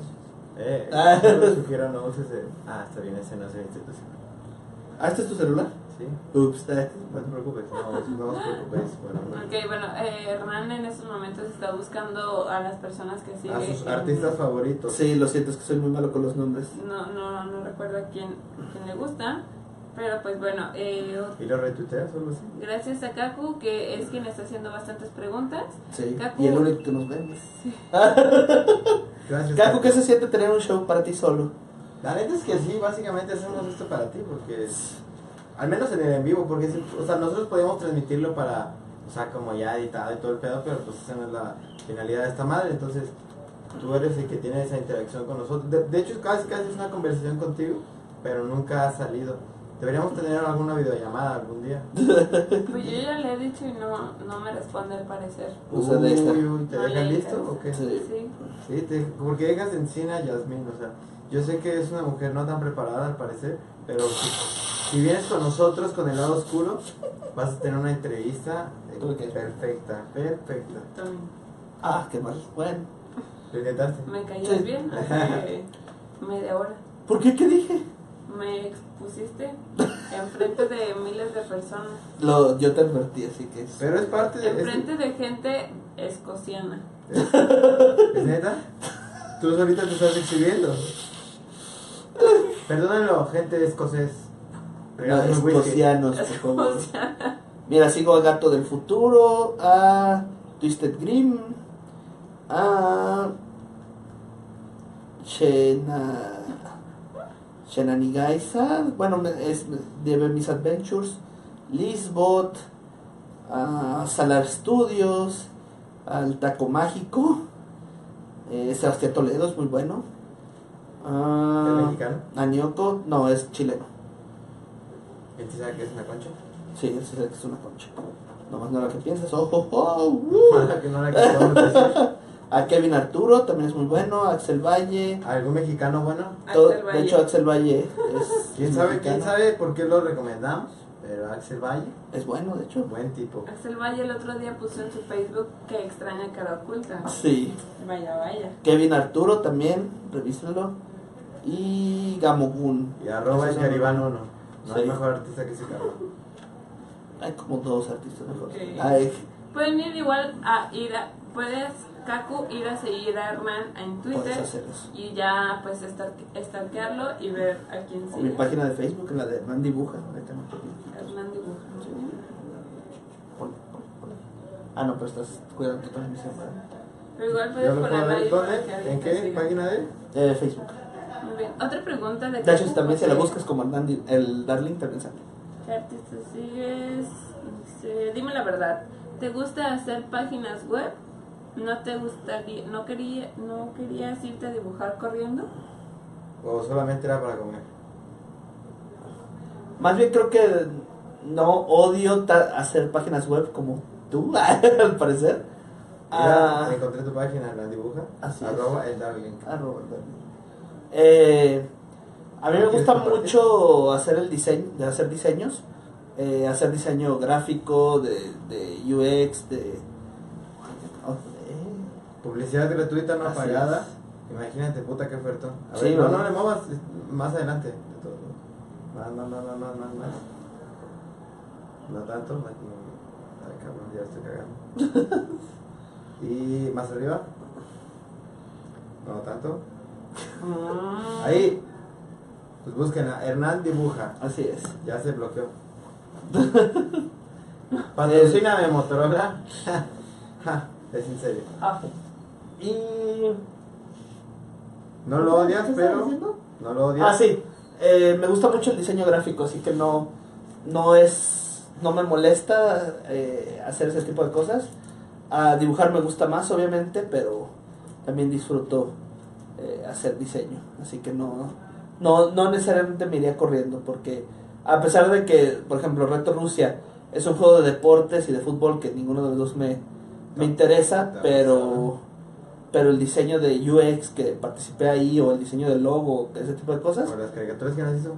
Eh,
Ah.
yo te sugiero no uses el... Ah, está bien, ese no es el institucional.
Ah, este es tu celular.
Sí. Sí.
Ups, eh.
No te preocupes, no, no os preocupéis. por amor.
Ok, bueno, eh, Hernán en estos momentos está buscando a las personas que siguen.
A sus artistas favoritos.
Sí, lo siento, es que soy muy malo con los nombres.
No, no, no recuerdo a quién, quién le gusta, pero pues bueno, eh,
¿Y lo retuiteas o algo así?
gracias a Kaku, que es quien está haciendo bastantes preguntas.
Sí.
Kaku.
Y el único que nos ve.
Gracias.
Kaku, ¿qué se siente tener un show para ti solo?
La neta es que sí, básicamente hacemos esto para ti, porque al menos en el en vivo, porque sí, o sea, nosotros podemos transmitirlo para, o sea, como ya editado y todo el pedo, pero pues esa no es la finalidad de esta madre, entonces tú eres el que tiene esa interacción con nosotros. De, de hecho, casi casi es una conversación contigo, pero nunca ha salido. Deberíamos tener alguna videollamada algún día.
Pues yo ya le he dicho y no, no me responde al parecer.
O sea, de esta.
Uy, uy, ¿te
No, ya
dejan
hay
listo
interés.
o qué?
Sí.
Sí.
Sí, te, porque dejas en cine a Yasmín, o sea, yo sé que es una mujer no tan preparada al parecer, pero si, si vienes con nosotros con el lado oscuro, vas a tener una entrevista eh,
Ok.
perfecta, perfecta.
También.
Ah, qué mal. Bueno.
¿Lo intentaste?
Me caías
Sí.
bien hace media hora.
¿Por qué? ¿Qué dije?
Me expusiste enfrente de miles de personas,
Lo, yo te advertí, así que... es-
Pero es parte de... Es,
enfrente de gente escociana.
es- ¿es neta? Tú ahorita te estás exhibiendo. Perdónenlo, gente de escocés.
No,
Regálenme whisky.
escocianos, por favor. Mira, sigo a Gato del Futuro, a Twisted Grimm, a Shena... Shenanigaisa, bueno, me- es de Mis Adventures, Lisbot, a Salar Studios, al Taco Mágico, eh, Sebastián Toledo es muy bueno.
¿Es
a
mexicano?
a Nyoko, no, es chileno.
¿Quién sabe qué es una concha?
Sí, yo sí sé que es una concha. Nomás no la que piensas. ¡Oh, oh, oh! ¡Uh!
Ojalá que no la quitamos de decir.
A Kevin Arturo también es muy bueno. A Axel Valle.
¿Algún mexicano bueno?
Todo-
Axel Valle.
De hecho, Axel Valle es.
¿Quién
es
sabe,
mexicano.
¿Quién sabe por qué lo recomendamos? Pero Axel Valle,
Es bueno, de hecho.
buen tipo.
Axel Valle el otro día puso en su Facebook que extraña cara oculta.
Sí.
Vaya, vaya.
Kevin Arturo también. Revísenlo. Y Gamogun.
Y arroba
Esos
el
son-
Caribán 1. No hay
Sí.
mejor artista que ese cabrón.
Hay como dos artistas mejores.
Ok.
Ay,
Pueden ir igual a ir a. Puedes, Kaku, ir a seguir a Hernán en
puedes
Twitter
Pues,
hacer eso.
y ya pues estar, estalquearlo y ver a quién
O mi
sigue.
página de Facebook, la de Hernán Dibuja. Ahí tengo.
Hernán dibuja. muy bien.
Pon- pon- pon. Ah, no, pero estás cuidando tu transmisión, ¿verdad?
Pero igual
Yo
puedes
lo puedo
ponerlo ahí
ver.
para que
¿Dónde? ¿En
alguien
qué
te siga.
página de?
Eh, Facebook.
Muy bien. Otra pregunta de
De
Kaku,
hecho, si también si la
porque-
buscas como Hernán Di- el Darling, también sale.
¿Qué artista sigues? Dice, dime la verdad. ¿Te gusta hacer páginas web? ¿No te gustaría, no quería, no querías irte a dibujar corriendo?
¿O solamente era para comer?
Más bien creo que no odio ta- hacer páginas web como tú, al parecer.
Mira,
Ah,
encontré tu página, la dibuja.
Así es.
arroba el Darling.
ah, no, ¿verdad? Eh, a mí me
¿Quieres
gusta
compartir?
mucho hacer el diseño, de hacer diseños, eh, hacer diseño gráfico, de, de UX, de... oh, eh,
Publicidad gratuita no
Así
pagada. Imagínate, puta, qué ofertón. A
Sí,
ver, no,
¿verdad?
no le muevas. es- Más adelante. de todo. Más, más, más, más, más, más, más. No tanto. Más, no. Ay, cabrón, ya estoy cagando. y más arriba. No tanto.
Ah.
Ahí, pues busquen a Hernán Dibuja.
Así es.
Ya se bloqueó. Patrocíname Motorola. Ja, es en serio.
Ah,
Y...
No lo odias,
¿Qué estaba
pero.
diciendo?
No lo odias.
Ah, sí. Eh, me gusta mucho el diseño gráfico, así que no, no es, no me molesta eh, hacer ese tipo de cosas. A dibujar me gusta más, obviamente, pero también disfruto eh, hacer diseño, así que no, no, no necesariamente me iría corriendo, porque a pesar de que, por ejemplo, Reto Rusia es un juego de deportes y de fútbol que ninguno de los dos me, me interesa,
Está
pero pero el diseño de UX que participé ahí o el diseño del logo, ese tipo de cosas.
Por las caricaturas que nos hizo.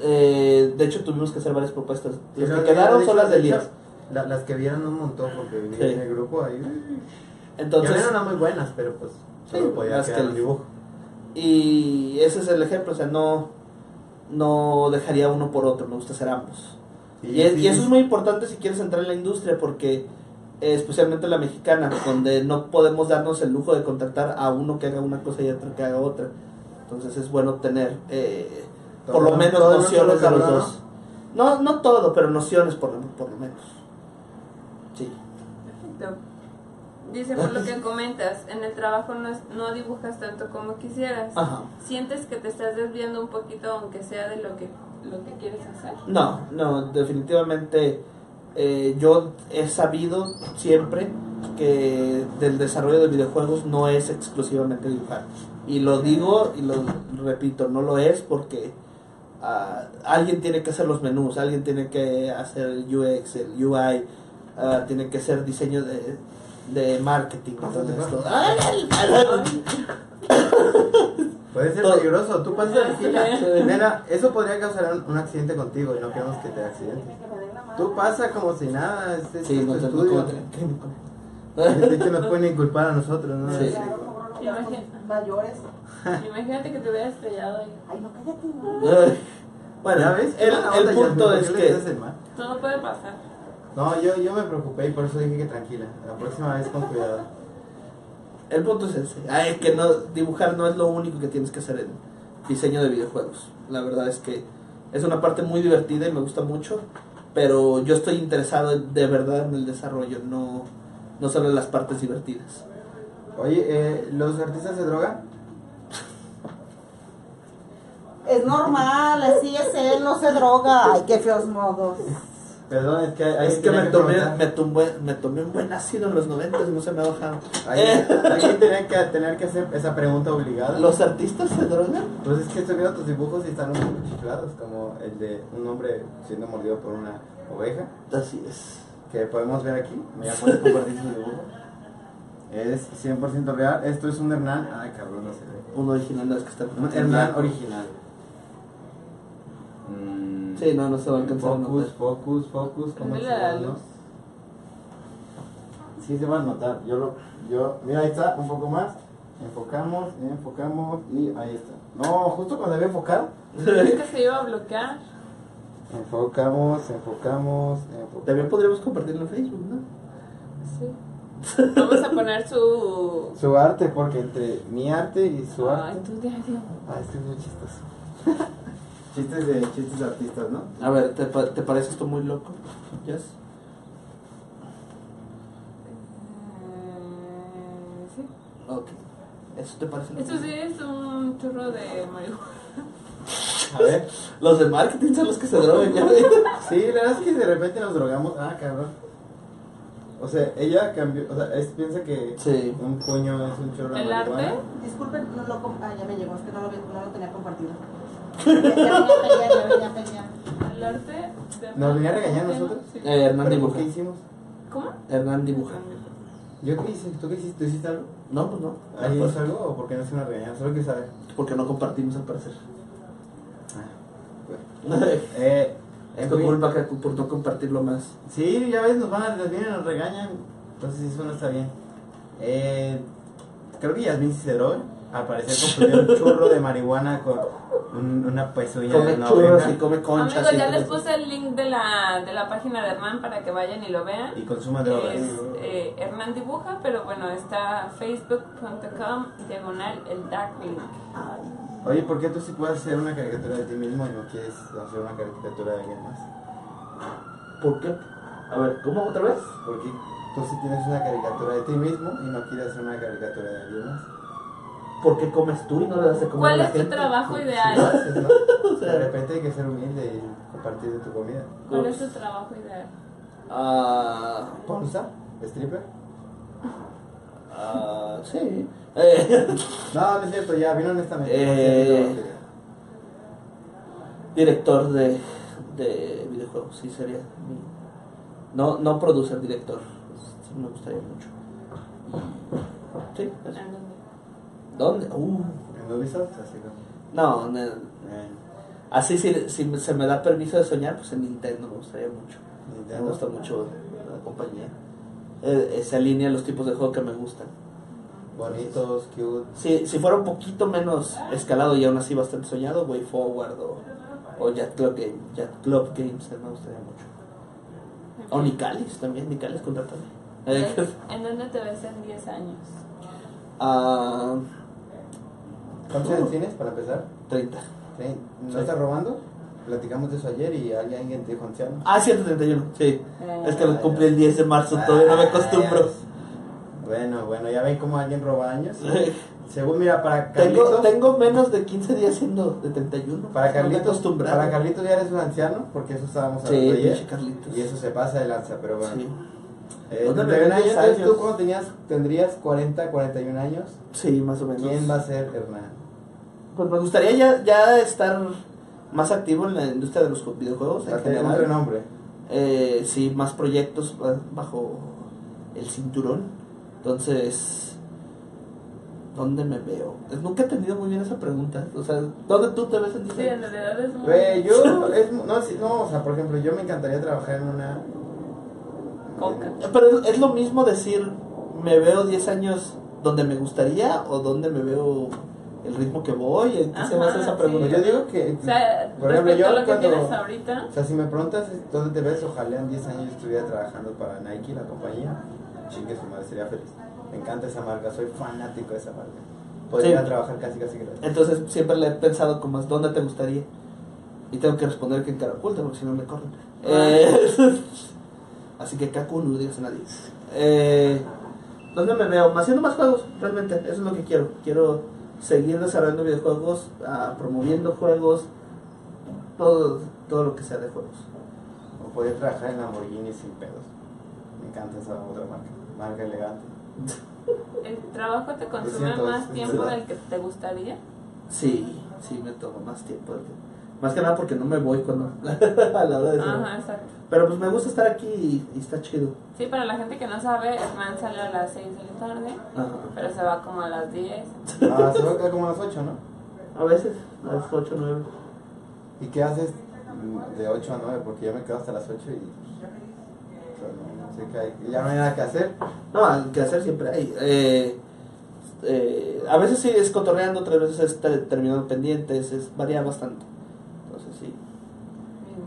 Eh, de hecho, tuvimos que hacer varias propuestas.
Sí,
Las
no,
que
sí,
quedaron
de
son
hecho,
las de
de hecho,
Elías.
la- las que vieron un montón porque viví
Sí.
en el grupo ahí. Entonces,
Entonces,
que no muy buenas, pero pues. Solo
Sí,
podía
las
quedar
que-
un dibujo.
y ese es el ejemplo, o sea, no, no dejaría uno por otro, me gusta hacer ambos.
Sí,
Y, es-
sí,
y eso
sí.
es muy importante si quieres entrar en la industria porque eh, especialmente la mexicana, donde no podemos darnos el lujo de contratar a uno que haga una cosa y a otro que haga otra. Entonces es bueno tener eh, por
Todo-
lo menos
todo el
nociones de
mundo
los
cabrón,
dos. No, no todo, pero nociones por lo, por lo menos. Sí.
Perfecto. Dice, por lo que comentas, en el trabajo no, es- no dibujas tanto como quisieras.
Ah.
Ajá.
¿Sientes que te estás desviando un poquito, aunque sea de lo que, lo que quieres hacer?
No, no, definitivamente eh, yo he sabido siempre que del desarrollo de videojuegos no es exclusivamente dibujar. Y lo digo y lo repito, no lo es porque ah, alguien tiene que hacer los menús, alguien tiene que hacer el UX, el UI, ah, tiene que hacer diseño de, de marketing.
Ah,
todo esto. ¡Ay, ay, ay!
Puede ser
Todo.
peligroso, tú puedes ser vigila.
Sí.
Nena, eso podría causar un, un accidente contigo y no queremos que te accidentes. Tú pasa como si nada, es, es
Sí,
tu
no tengo
estudio.
como-
De hecho nos pueden inculpar a nosotros, ¿no?
Sí.
Sí.
Imagina-
mayores.
Imagínate que te hubiera estrellado y
Ay, no, cállate. no.
Ay, Bueno,
¿Ya ves?
el,
Mala
el
onda,
punto
Yasmin,
es
¿por qué le
que...
haces el mal?
todo puede pasar.
No, yo, yo me preocupé y por eso dije que tranquila. La próxima vez con cuidado.
El punto es ese. Ay, que no, dibujar no es lo único que tienes que hacer en diseño de videojuegos. La verdad es que es una parte muy divertida y me gusta mucho, pero yo estoy interesado de verdad en el desarrollo, no, no solo en las partes divertidas.
Oye, eh, ¿los artistas se drogan?
Es normal, así es él, no se droga. Ay, qué feos modos.
Perdón, es que ahí
es que me tomé, me, tumbé- me tomé un buen ácido en los 90 no se me ha bajado. Eh,
Alguien tenía que, tener que hacer esa pregunta obligada.
¿Los artistas se drogan?
Pues es que estoy viendo tus dibujos y están un poco chiflados, como el de un hombre siendo mordido por una oveja,
Así es.
que podemos ver aquí. Mira, puedes compartir su dibujo. Es 100% real. Esto es un Hernán. Ay, cabrón, no se ve.
Un original no es que está
Un Hernán original. Mm,
Sí, no, no se va a alcanzar a
Focus,
notar.
focus, focus. ¿cómo
Prendele
se
la
ve, no?
luz.
Sí, se va a notar. Yo lo, yo, mira, ahí está, un poco más. Enfocamos, enfocamos y ahí está. No, justo cuando había enfocado.
Nunca se iba a bloquear.
Enfocamos, enfocamos, enfocamos.
También podríamos compartirlo en Facebook, ¿no?
Sí. Vamos a poner su...
Su arte, porque entre mi arte y su
Ay,
arte.
tu diario.
Ah, este es muy chistoso. chistes de chistes de artistas, ¿no?
A ver, ¿te, pa- te parece esto muy loco? Yes.
Eh, sí.
Ok. ¿Eso te parece loco?
Esto sí es un churro de marihuana.
A ver.
Los de marketing son los que se drogan, ya ves.
Sí, la verdad es que de repente nos drogamos. Ah, cabrón. O sea, ella cambió, o sea, es- piensa que
Sí.
un puño es un chorro de
¿El arte?
marihuana.
Disculpen, no lo com- Ah, ya me llegó, es que no lo, vi- no lo tenía compartido. Ya venía a pelear, ya venía a pelear.
El arte de...
¿Nos venía a regañar
Sí.
nosotros?
Eh, Hernán
Pero,
dibuja.
¿Qué hicimos?
¿Cómo?
Hernán dibuja.
¿Yo qué hice? ¿Tú qué hiciste? ¿Tú hiciste algo?
No, pues no.
¿Alguien
Pues,
hizo algo o por qué no se una regañar? Solo que saber.
porque no compartimos al parecer.
Ah,
Eh,
es
en
tu
fin.
culpa que por no compartirlo más.
Sí, ya ves, nos van a, nos vienen, nos regañan. Entonces eso no está bien. Eh, creo que Yasmin sí se droga. Al parecer confundió un churro de marihuana con un- una pezuña de
Come
una
churros
oveja
y come conchas.
Amigos,
y
ya
todo
les
eso.
puse el link de la, de la página de Hernán para que vayan y lo vean.
y consuma drogas.
Es, eh, Hernán dibuja, pero bueno, está facebook.com diagonal el dark link.
Oye, ¿por qué tú sí puedes hacer una caricatura de ti mismo y no quieres hacer una caricatura de alguien más?
¿Por qué? A ver, ¿cómo otra vez?
Porque tú sí tienes una caricatura de ti mismo y no quieres hacer una caricatura de alguien más.
¿Por qué comes tú y no le das de comer a
¿Cuál
la
es tu
gente?
trabajo
Lo
ideal?
haces, ¿no?
O
De
sea,
repente hay que ser humilde y compartir de tu comida.
¿Cuál es tu trabajo ideal?
ah,
¿Ponza? ¿Stripper?
ah, sí. Eh,
No, no es cierto, ya vino honestamente.
Eh, director de, de videojuegos, sí sería. mi- No, no producer, director. Sí, me gustaría mucho. Sí, eso.
¿En dónde?
¿Dónde? Uh,
En Ubisoft, así como.
no, ne-
eh,
así si, si se me da permiso de soñar, pues en Nintendo me gustaría mucho. Me
Nintendo.
gusta mucho la compañía. Eh, se alinean los tipos de juego que me gustan.
Bonitos, cute.
Si, si fuera un poquito menos escalado y aún así bastante soñado, Way Forward o O Yacht Club Games. Yacht Club Games, él me gustaría mucho. O Nicalis también, Nicalis, Eh, contrátame.
¿eh?
¿En en dónde te ves en 10 años?
Ah,
¿Cuántos años tienes para empezar?
30.
Trein- ¿No
Sí.
estás robando? Platicamos de eso ayer y alguien te dijo anciano.
Ah, 131, sí.
Eh,
Es que lo cumplí el 10 de marzo, Ah, todavía no me acostumbro.
Ah, Bueno, bueno, ya ven cómo alguien roba años. Según, mira, para
Tengo,
Carlitos.
tengo menos de 15 días siendo de 31.
Para
no me he
Carlitos,
acostumbrado.
para Carlitos ya eres un anciano, porque eso estábamos
Sí,
hablando
pinche
ayer.
Carlitos.
Y eso se pasa de lanza, pero bueno.
Sí.
Eh,
Otra
31 años,
vez,
entonces
años.
tú cuando tenías, tendrías 40, 41 años,
Sí, más o menos.
¿quién va a ser Hernán?
Pues me gustaría ya, ya estar más activo en la industria de los videojuegos.
Va
pues, En
a tener un
general.
renombre.
Eh, sí, más proyectos ba- bajo el cinturón. Entonces, ¿dónde me veo? Pues nunca he tenido muy bien esa pregunta. O sea, ¿dónde tú te ves en
Sí, en
diseño?
realidad es muy...
Güey, yo, es- no, sí, no, o sea, por ejemplo, yo me encantaría trabajar en una...
Coca.
Pero es- es lo mismo decir, ¿me veo 10 años donde me gustaría o dónde me veo el ritmo que voy? ¿En qué se
Ajá,
basa esa
sí.
pregunta?
Pues yo digo que,
O sea,
por ejemplo,
respecto
yo
a lo que
cuando-
tienes ahorita,
O sea, si me preguntas dónde te ves, ojalá en 10 años yo estuviera trabajando para Nike, la compañía. Chingue su madre, sería feliz. Me encanta esa marca, soy fanático de esa marca. Podría
Sí.
ir a trabajar casi, casi gratis.
Entonces siempre le he pensado como es ¿dónde te gustaría? Y tengo que responder que en Caraculta, porque si no me corren. Eh, así que Cacu no digas a nadie. Eh, ¿Dónde me veo? Más Haciendo más juegos, realmente. Eso es lo que quiero. Quiero seguir desarrollando videojuegos, ah, promoviendo juegos, todo, todo lo que sea de juegos.
O podría trabajar en Lamborghini sin pedos. Me encanta esa otra marca, marca elegante.
¿el trabajo te consume
siento,
más
sí,
tiempo
sí.
del que te gustaría?
Sí, sí, me tomo más tiempo. Más que nada porque no me voy cuando, a la hora de trabajar.
Ajá, exacto.
Pero pues me gusta estar aquí y, y está chido.
Sí, para la gente que no sabe, Hernán sale a las 6 de la tarde,
Ajá.
pero se va como a las 10.
Ah, se va a quedar como a las 8, ¿no?
A veces, a las 8 o 9.
¿Y qué haces de 8 a 9? Porque yo me quedo hasta las 8 y... o sea, no, no sé qué hay. Ya no hay nada que hacer.
No, que hacer siempre hay. Eh, eh, a veces sí es cotorreando, otras veces es te- terminando pendientes, es, varía bastante. Entonces sí.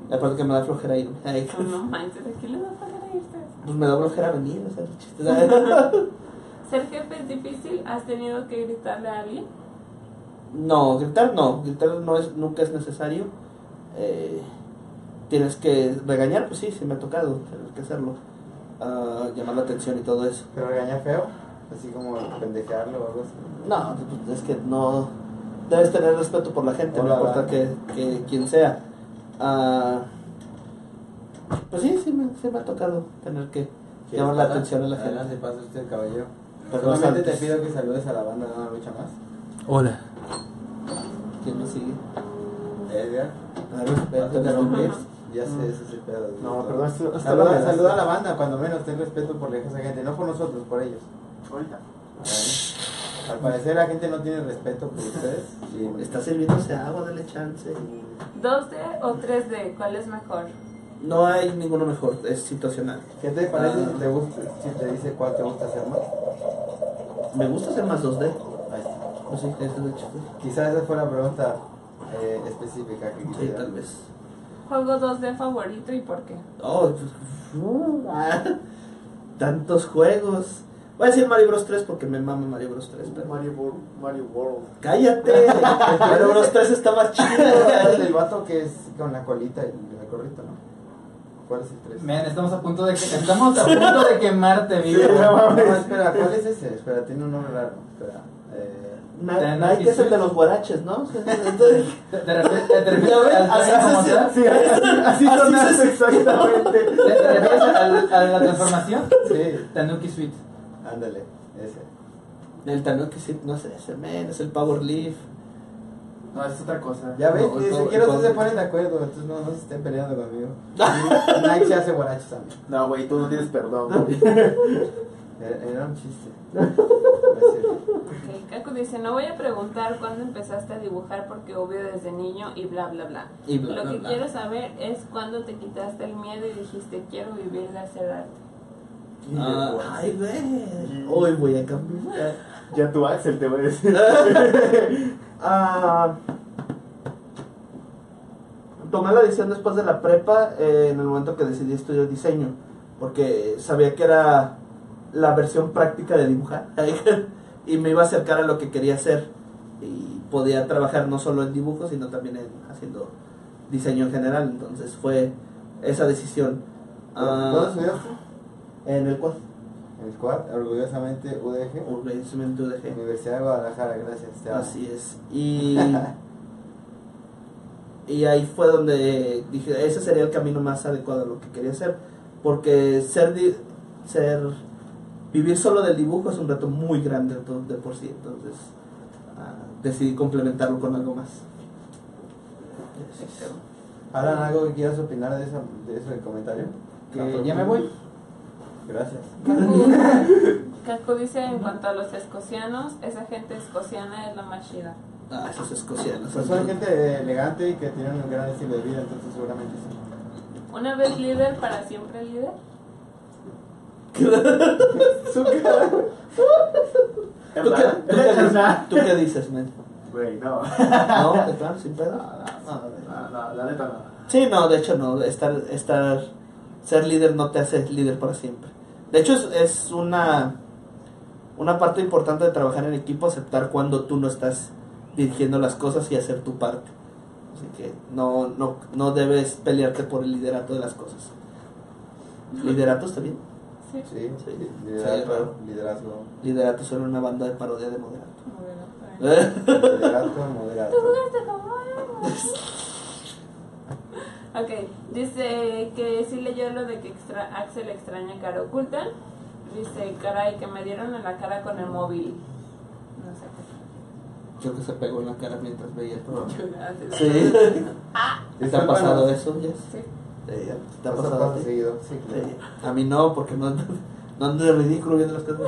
Y Aparte que me da flojera ir. Ay,
No, no manches, aquí les va a pasar a irse.
pues me da flojera venir, o sea, el chiste, ¿sabes?
Ser jefe es difícil, has tenido que gritarle a alguien.
No, gritar no, gritar no es, nunca es necesario. Eh, tienes que regañar, pues sí, sí me ha tocado, tienes que hacerlo. Ah, llamar la atención y todo eso.
Pero regañar feo, así como pendejearlo o algo así.
No, pues, es que no. Debes tener respeto por la gente,
Hola,
no importa
va.
que, que quien sea. Ah, pues sí, sí me, sí me ha tocado tener que llamar la atención a la gente.
Adelante, pasa usted, caballero.
Pero
Solamente te
antes.
pido que saludes a la banda de una lucha más.
Hola.
¿Quién me sigue?
Edgar,
No
ven,
te
te interrumpir.
interrumpes.
Ya sé, ese es el pedo.
Ah, No, perdón, esto- esto lo
Saluda,
pegaste.
saluda a la banda, cuando menos ten respeto por la esa gente, no por nosotros, por ellos. Al parecer la gente no tiene respeto por ustedes. Y
Está sirviéndose agua, dale chance.
2D o 3D, ¿cuál es mejor?
No hay ninguno mejor, es situacional.
¿Qué te parece si te gusta, si te dice cuál te gusta hacer más?
Me gusta hacer más 2D.
Ahí está.
Pues sí, ese es el chiste.
Quizás esa fue la pregunta eh, específica que
Sí,
quisiera.
tal vez.
Juego 2D favorito y por qué.
Oh, uh, ah, tantos juegos. Voy a decir Mario Bros 3 porque me mama Mario Bros 3, pero
Mario, Bor- Mario World.
Cállate. Mario Bros 3 está más
El
chido.
del vato que es con la colita y el gorrito, ¿no? ¿Cuál es el 3?
Man, estamos a punto de que estamos a punto de quemarte,
Sí,
amigo.
no, mames. No, espera, ¿cuál es ese? Espera, tiene un nombre largo. Espera. Eh,
Na- Nike es el de los guaraches, ¿no?
De, de repente, de repente,
Ya ven,
al-
así
al-
se
como tal,
siente. Así sonaste
exactamente.
¿Te te refieres al- a la transformación?
Sí,
Tanuki Suite.
ándale, ese.
El tanón que sí, no sé, ese men, es el Power Leaf.
No, es otra cosa.
Ya ves,
No,
ni
no,
siquiera
no.
ustedes se ponen de acuerdo, entonces no, no se estén peleando conmigo. Nike se hace guaraches también.
No, güey, tú no tienes perdón.
Ah,
Era, era un chiste. No es cierto.
Ok, Kaku dice, no voy a preguntar cuándo empezaste a dibujar porque obvio desde niño y bla, bla, bla.
Y bla,
Lo
bla,
que
bla.
quiero saber es cuándo te quitaste el miedo y dijiste, quiero vivir de hacer arte.
Ah, ay, güey. Hoy voy a cambiar.
Ya tú, Axel, te voy a decir.
Ah, tomé la decisión después de la prepa eh, en el momento que decidí estudiar diseño, porque sabía que era la versión práctica de dibujar y me iba a acercar a lo que quería hacer y podía trabajar no solo en dibujo, sino también en haciendo diseño en general, entonces fue esa decisión. Ah,
¿Cuándo estudiaste?
en el cual
En el squad, orgullosamente UDG,
orgullosamente dejé.
Universidad de Guadalajara, gracias. te amo.
Así es. Y, y ahí fue donde dije, ese sería el camino más adecuado a lo que quería hacer. Porque ser, di- ser vivir solo del dibujo es un reto muy grande to- de por sí. Entonces ah, decidí complementarlo con algo más.
Alan, ¿algo que quieras opinar de, esa, de eso del comentario?
Que ya me voy.
Gracias.
Cacu dice en cuanto a los escocianos, esa gente escociana es la más chida.
Ah, esos escocianos.
Pues son gente elegante y que tienen un gran estilo de vida, entonces seguramente sí.
Una vez líder, para siempre líder.
Su cara.
¿Tú qué, tú qué dices- tú qué dices, men?
Güey,
¿No?
no.
¿De plano? ¿Sin pedo? Ah,
No, no, la neta no.
Sí, no, de hecho no, estar, estar, ser líder no te hace líder para siempre. De hecho es, es una, una parte importante de trabajar en equipo, aceptar cuando tú no estás dirigiendo las cosas y hacer tu parte. Así que no, no, no debes pelearte por el liderato de las cosas. Liderato está bien.
Sí.
Sí,
Sí. Sí, claro.
liderazgo, liderazgo,
Liderato solo una banda de parodia de moderato.
Bueno, está bien.
¿Eh?
liderazgo moderado.
Este cabrón. Ok, dice que sí leyó lo de que extra- Axel extraña cara oculta. Dice, caray, que me dieron en la cara con el móvil. No sé
Yo que se pegó en la cara mientras veía el programa.
qué es.
Sí. ¿Te ha
Discúlpanos.
pasado eso, Jess?
Sí.
Sí, ¿Te ha
Eso
pasado a
pasa
ti?
seguido, sí, claro.
Sí, A mí no, porque no ando, no ando de ridículo viendo las cosas.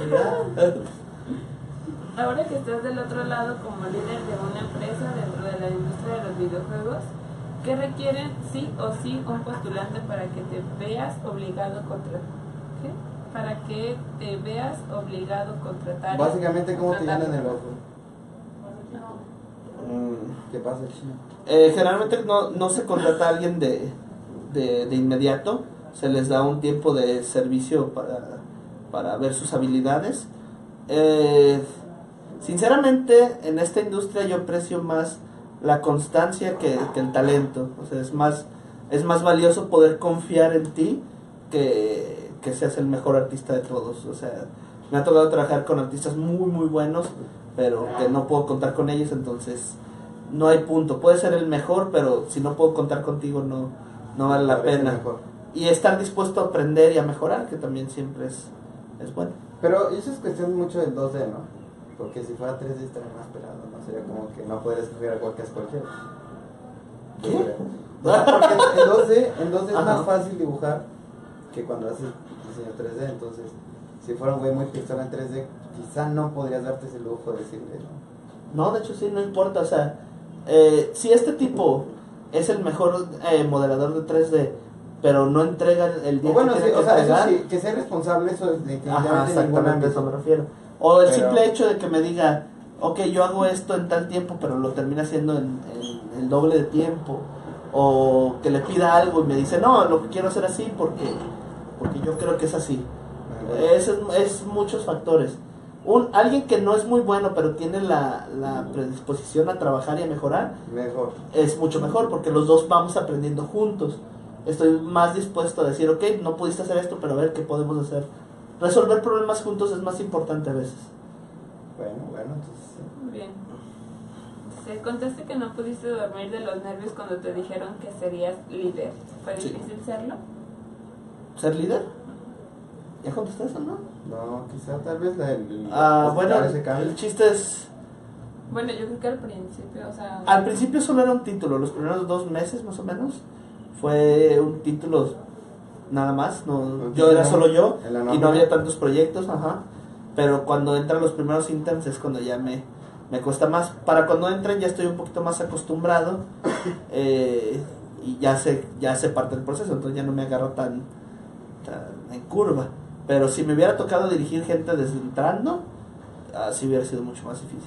Ahora que estás del otro lado como líder de una empresa dentro de la industria de los videojuegos, ¿qué requieren sí o sí un postulante para que te veas obligado a contratar? ¿Qué? Para que te veas obligado a contratar.
Básicamente, ¿cómo te
contratar-
llenan el ojo?
No.
Mm.
¿Qué pasa, chino?
Eh, generalmente no, no se contrata a alguien de, de, de inmediato, se les da un tiempo de servicio para, para ver sus habilidades. Eh, sinceramente, en esta industria yo aprecio más la constancia que, que el talento. O sea, es más, es más valioso poder confiar en ti que, que seas el mejor artista de todos. O sea, me ha tocado trabajar con artistas muy, muy buenos, pero que no puedo contar con ellos, entonces no hay punto. Puede ser el mejor, pero si no puedo contar contigo, no, no vale la
Parece
pena.
mejor.
Y estar dispuesto a aprender y a mejorar, que también siempre es, es bueno.
Pero eso es cuestión mucho del 2D, ¿no? Porque si fuera 3D estaría más pelado, ¿no? Sería como que no poder escoger a cualquier cualquiera.
¿Qué?
O sea, porque en 2D, en 2D es
Ajá.
más fácil dibujar que cuando haces diseño 3D. Entonces, si fuera un güey muy pistola en 3D, quizá no podrías darte ese lujo de decirle, ¿no?
No, de hecho sí, no importa. O sea, eh, si este tipo es el mejor eh, moderador de 3D, pero no entrega el- el día
O bueno,
que
sí,
tiene
o
que
sea, eso
entregar,
sí, que sea responsable, eso es
Ajá,
definitivamente en ningún
exactamente a eso
ámbito.
me refiero. O el
Pero-
simple hecho de que me diga, ok, yo hago esto en tal tiempo, pero lo termina haciendo en, en el doble de tiempo. O que le pida algo y me dice, no, lo que quiero hacer así porque, porque yo creo que es así. Es, es, es muchos factores. Un, alguien que no es muy bueno, pero tiene la, la predisposición a trabajar y a mejorar,
Mejor.
es mucho mejor porque los dos vamos aprendiendo juntos. Estoy más dispuesto a decir, ok, no pudiste hacer esto, pero a ver qué podemos hacer. Resolver problemas juntos es más importante a veces.
Bueno, bueno, entonces sí.
Muy Bien. Se contaste que no pudiste dormir de los nervios cuando te dijeron que serías líder. ¿Fue
Sí.
difícil serlo?
¿Ser líder? ¿Ya contesté eso, no?
No, quizá tal vez la, el,
Ah, bueno,
ese cambio.
el chiste es...
Bueno, yo creo que al principio, o sea...
Al principio solo era un título, los primeros dos meses más o menos fue un título nada más, no,
Un
yo era
título
solo yo
en la
y
nómina.
no había tantos proyectos, ajá. Pero cuando entran los primeros interns es cuando ya me, me cuesta más. Para cuando entran ya estoy un poquito más acostumbrado eh, y ya sé, ya sé parte del proceso, entonces ya no me agarro tan, tan en curva. Pero si me hubiera tocado dirigir gente desde entrando, así hubiera sido mucho más difícil.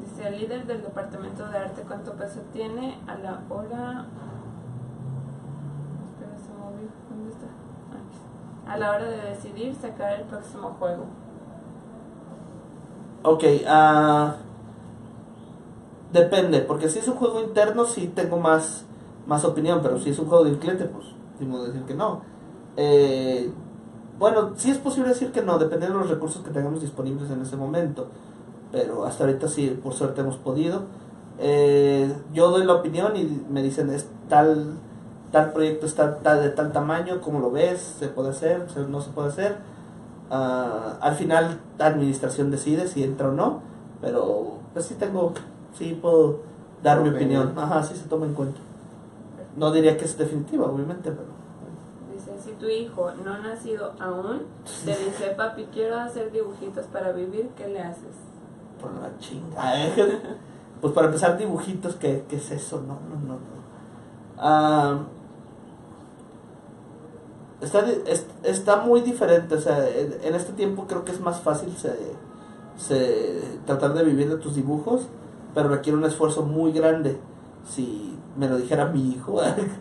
Dice decía el líder del departamento de arte cuánto peso tiene a la hora. Espera, se movió. ¿Dónde está? Ah, aquí está. A la hora de decidir sacar el próximo juego.
Ok, ah, depende, porque si es un juego interno sí tengo más, más opinión, pero si es un juego de un cliente, pues ni modo de decir que no. Eh, bueno, sí es posible decir que no, depende de los recursos que tengamos disponibles en ese momento, pero hasta ahorita sí, por suerte hemos podido. Eh, yo doy la opinión y me dicen, es tal, tal proyecto está tal, de tal tamaño, ¿cómo lo ves? ¿Se puede hacer? ¿Se- ¿No se puede hacer? Ah, al final la administración decide si entra o no, pero pues sí tengo, sí puedo dar mi
Opinión.
opinión. Ajá, sí se toma en cuenta. No diría que es definitiva, obviamente, pero...
Dice, si tu hijo no nacido aún, te dice, papi, quiero hacer dibujitos para vivir, ¿qué le haces?
Por la chinga. pues para empezar, dibujitos, ¿qué, qué es eso? No, no, no. no. Ah, está, di- es- está muy diferente. O sea, en, en este tiempo creo que es más fácil se, se- tratar de vivir de tus dibujos, pero requiere un esfuerzo muy grande. Si me lo dijera mi hijo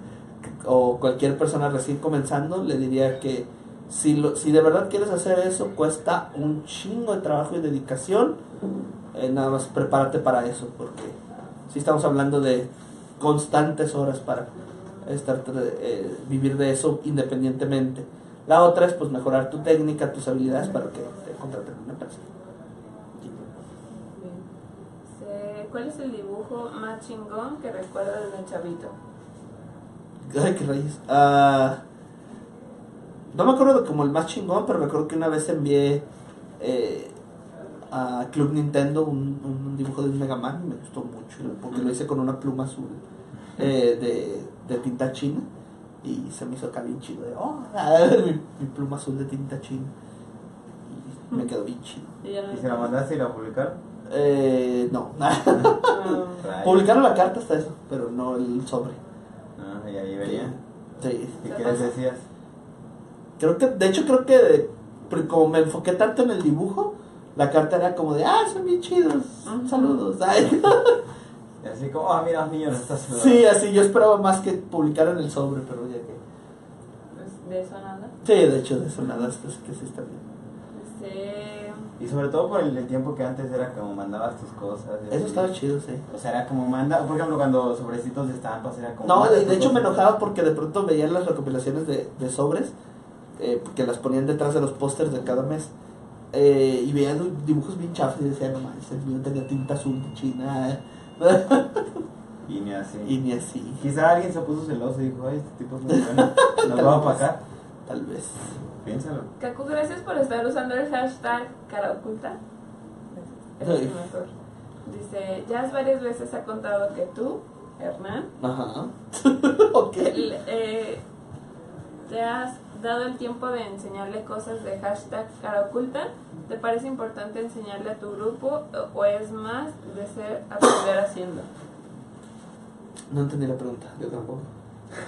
o cualquier persona recién comenzando, le diría que si, lo- si de verdad quieres hacer eso, cuesta un chingo de trabajo y dedicación. Eh, nada más prepárate para eso, porque si estamos hablando de constantes horas para estar tra- eh, vivir de eso independientemente. La otra es pues mejorar tu técnica, tus habilidades para que te contraten en una empresa.
Bien. Dice, ¿Cuál es el dibujo más chingón que recuerda de un chavito?
Ay, qué rayos. Ah, no me acuerdo de como el más chingón, pero me acuerdo que una vez envié eh, a Club Nintendo un, un dibujo de un Mega Man y me gustó mucho, porque lo hice con una pluma azul eh, de, de tinta china y se me hizo acá bien chido. De, oh, mi, mi pluma azul de tinta china. Y me quedó bien chido.
Y ya no-
¿Y se la mandaste y la publicaron?
Eh, no,
Ah,
Rayos.
publicaron la carta hasta eso, pero no el sobre.
Ah, y ahí vería.
Sí.
¿Y qué les decías?
Creo que, de hecho, creo que porque como me enfoqué tanto en el dibujo, la carta era como de, ah, son bien chidos,
Ajá.
saludos. Ay.
Y así como, ah, mira, niño, nos estás saludando.
Sí, así yo esperaba más que publicaran el sobre, pero ya que.
pues, de eso nada.
Sí, de hecho, de eso nada, así que sí está bien.
Dice,
Y sobre todo por el, el tiempo que antes era como mandabas tus cosas. y así.
Eso estaba chido, sí.
O sea, era como manda, por ejemplo, cuando sobrecitos de estampas era como.
No,
manda
de, de
tus
hecho me
cosas.
enojaba porque de pronto veía las recopilaciones de, de sobres, eh, que las ponían detrás de los pósters de cada mes, eh, y veía los dibujos bien chafos y decía, no mames, el mío tenía tinta azul de China,
Y ni así.
y ni así,
Quizá alguien se puso celoso y dijo, ay, este tipo es muy bueno, nos vamos para acá.
tal vez.
Piénsalo.
Kaku, gracias por estar usando el hashtag cara oculta. Eres
Sí.
el mejor. Dice, ya varias veces ha contado que tú, Hernán,
Ajá. ok.
le- eh, te has dado el tiempo de enseñarle cosas de hashtag cara oculta. ¿Te parece importante enseñarle a tu grupo o- o es más de ser aprender haciendo?
No entendí la pregunta, yo tampoco.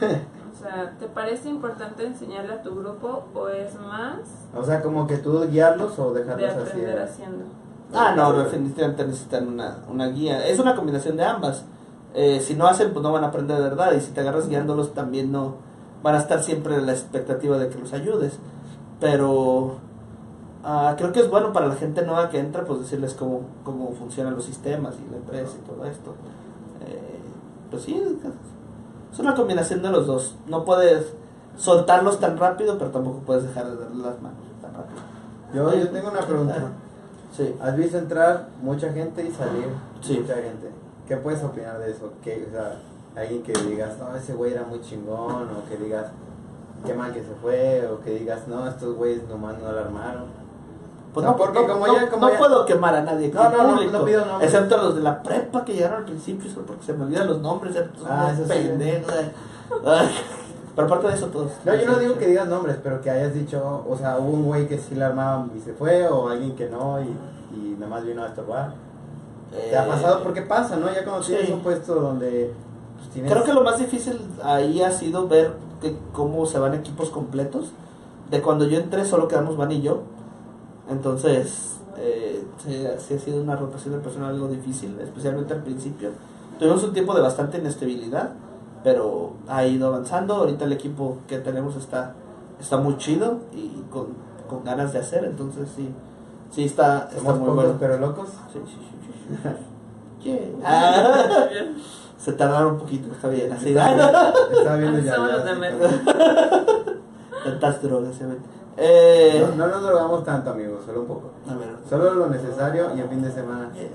O sea, ¿te parece importante enseñarle a tu grupo o es más
O sea, como que tú guiarlos o
de
dejarlos así.
aprender
¿eh?
haciendo?
Ah, no, definitivamente necesitan una, una guía. Es una combinación de ambas. Eh, si no hacen, pues no van a aprender de verdad. Y si te agarras guiándolos, también no van a estar siempre en la expectativa de que los ayudes. Pero ah, creo que es bueno para la gente nueva que entra, pues decirles cómo, cómo funcionan los sistemas y la empresa y todo esto. Eh, pues sí, es una combinación de los dos. No puedes soltarlos tan rápido, pero tampoco puedes dejar de darle las manos tan rápido.
Yo, yo tengo una pregunta.
Sí.
¿Has visto entrar mucha gente y salir
Sí.
mucha gente? ¿Qué puedes opinar de eso? ¿Qué, o sea, alguien que digas, no, ese güey era muy chingón, o que digas, qué mal que se fue, o que digas, no, estos güeyes nomás no la armaron.
Pues
No,
no,
porque
no,
como
no-
ya- como
no
ya-
puedo quemar a nadie. aquí
No, no,
en
no,
público,
no pido nombres.
Excepto a los de la prepa que llegaron al principio, solo porque se me olvidan los nombres. Son
Ah,
unos
eso sí.
pendejos, ay. Ay, Pero aparte de eso, todos.
No, yo no digo que digas nombres, pero que hayas dicho, o sea, hubo un güey que sí la armaba y se fue, o alguien que no y, y nomás vino a estorbar.
Eh,
¿Te ha pasado? Porque pasa, ¿no? Ya cuando
sí.
tienes un puesto donde pues, tienes...
Creo que lo más difícil ahí ha sido ver que cómo se van equipos completos. De cuando yo entré, solo quedamos Van y yo. Entonces, eh, sí, sí ha sido una rotación de personal algo difícil, especialmente al principio. Tuvimos un tiempo de bastante inestabilidad, pero ha ido avanzando. Ahorita el equipo que tenemos está, está muy chido y con, con ganas de hacer, entonces sí, sí está, está
Somos
muy
pocos
bueno.
pero locos.
Sí, sí, sí, sí, sí. Yeah. Ah, se tardaron un poquito, está bien. Así,
Estaba viendo
Así
ya.
somos
ya,
los de
así
Mérida.
que-
tantas drogas, ya ven. Eh,
No, no nos drogamos tanto, amigos, solo un poco.
A ver.
Solo lo necesario y el fin de semana.
Eh,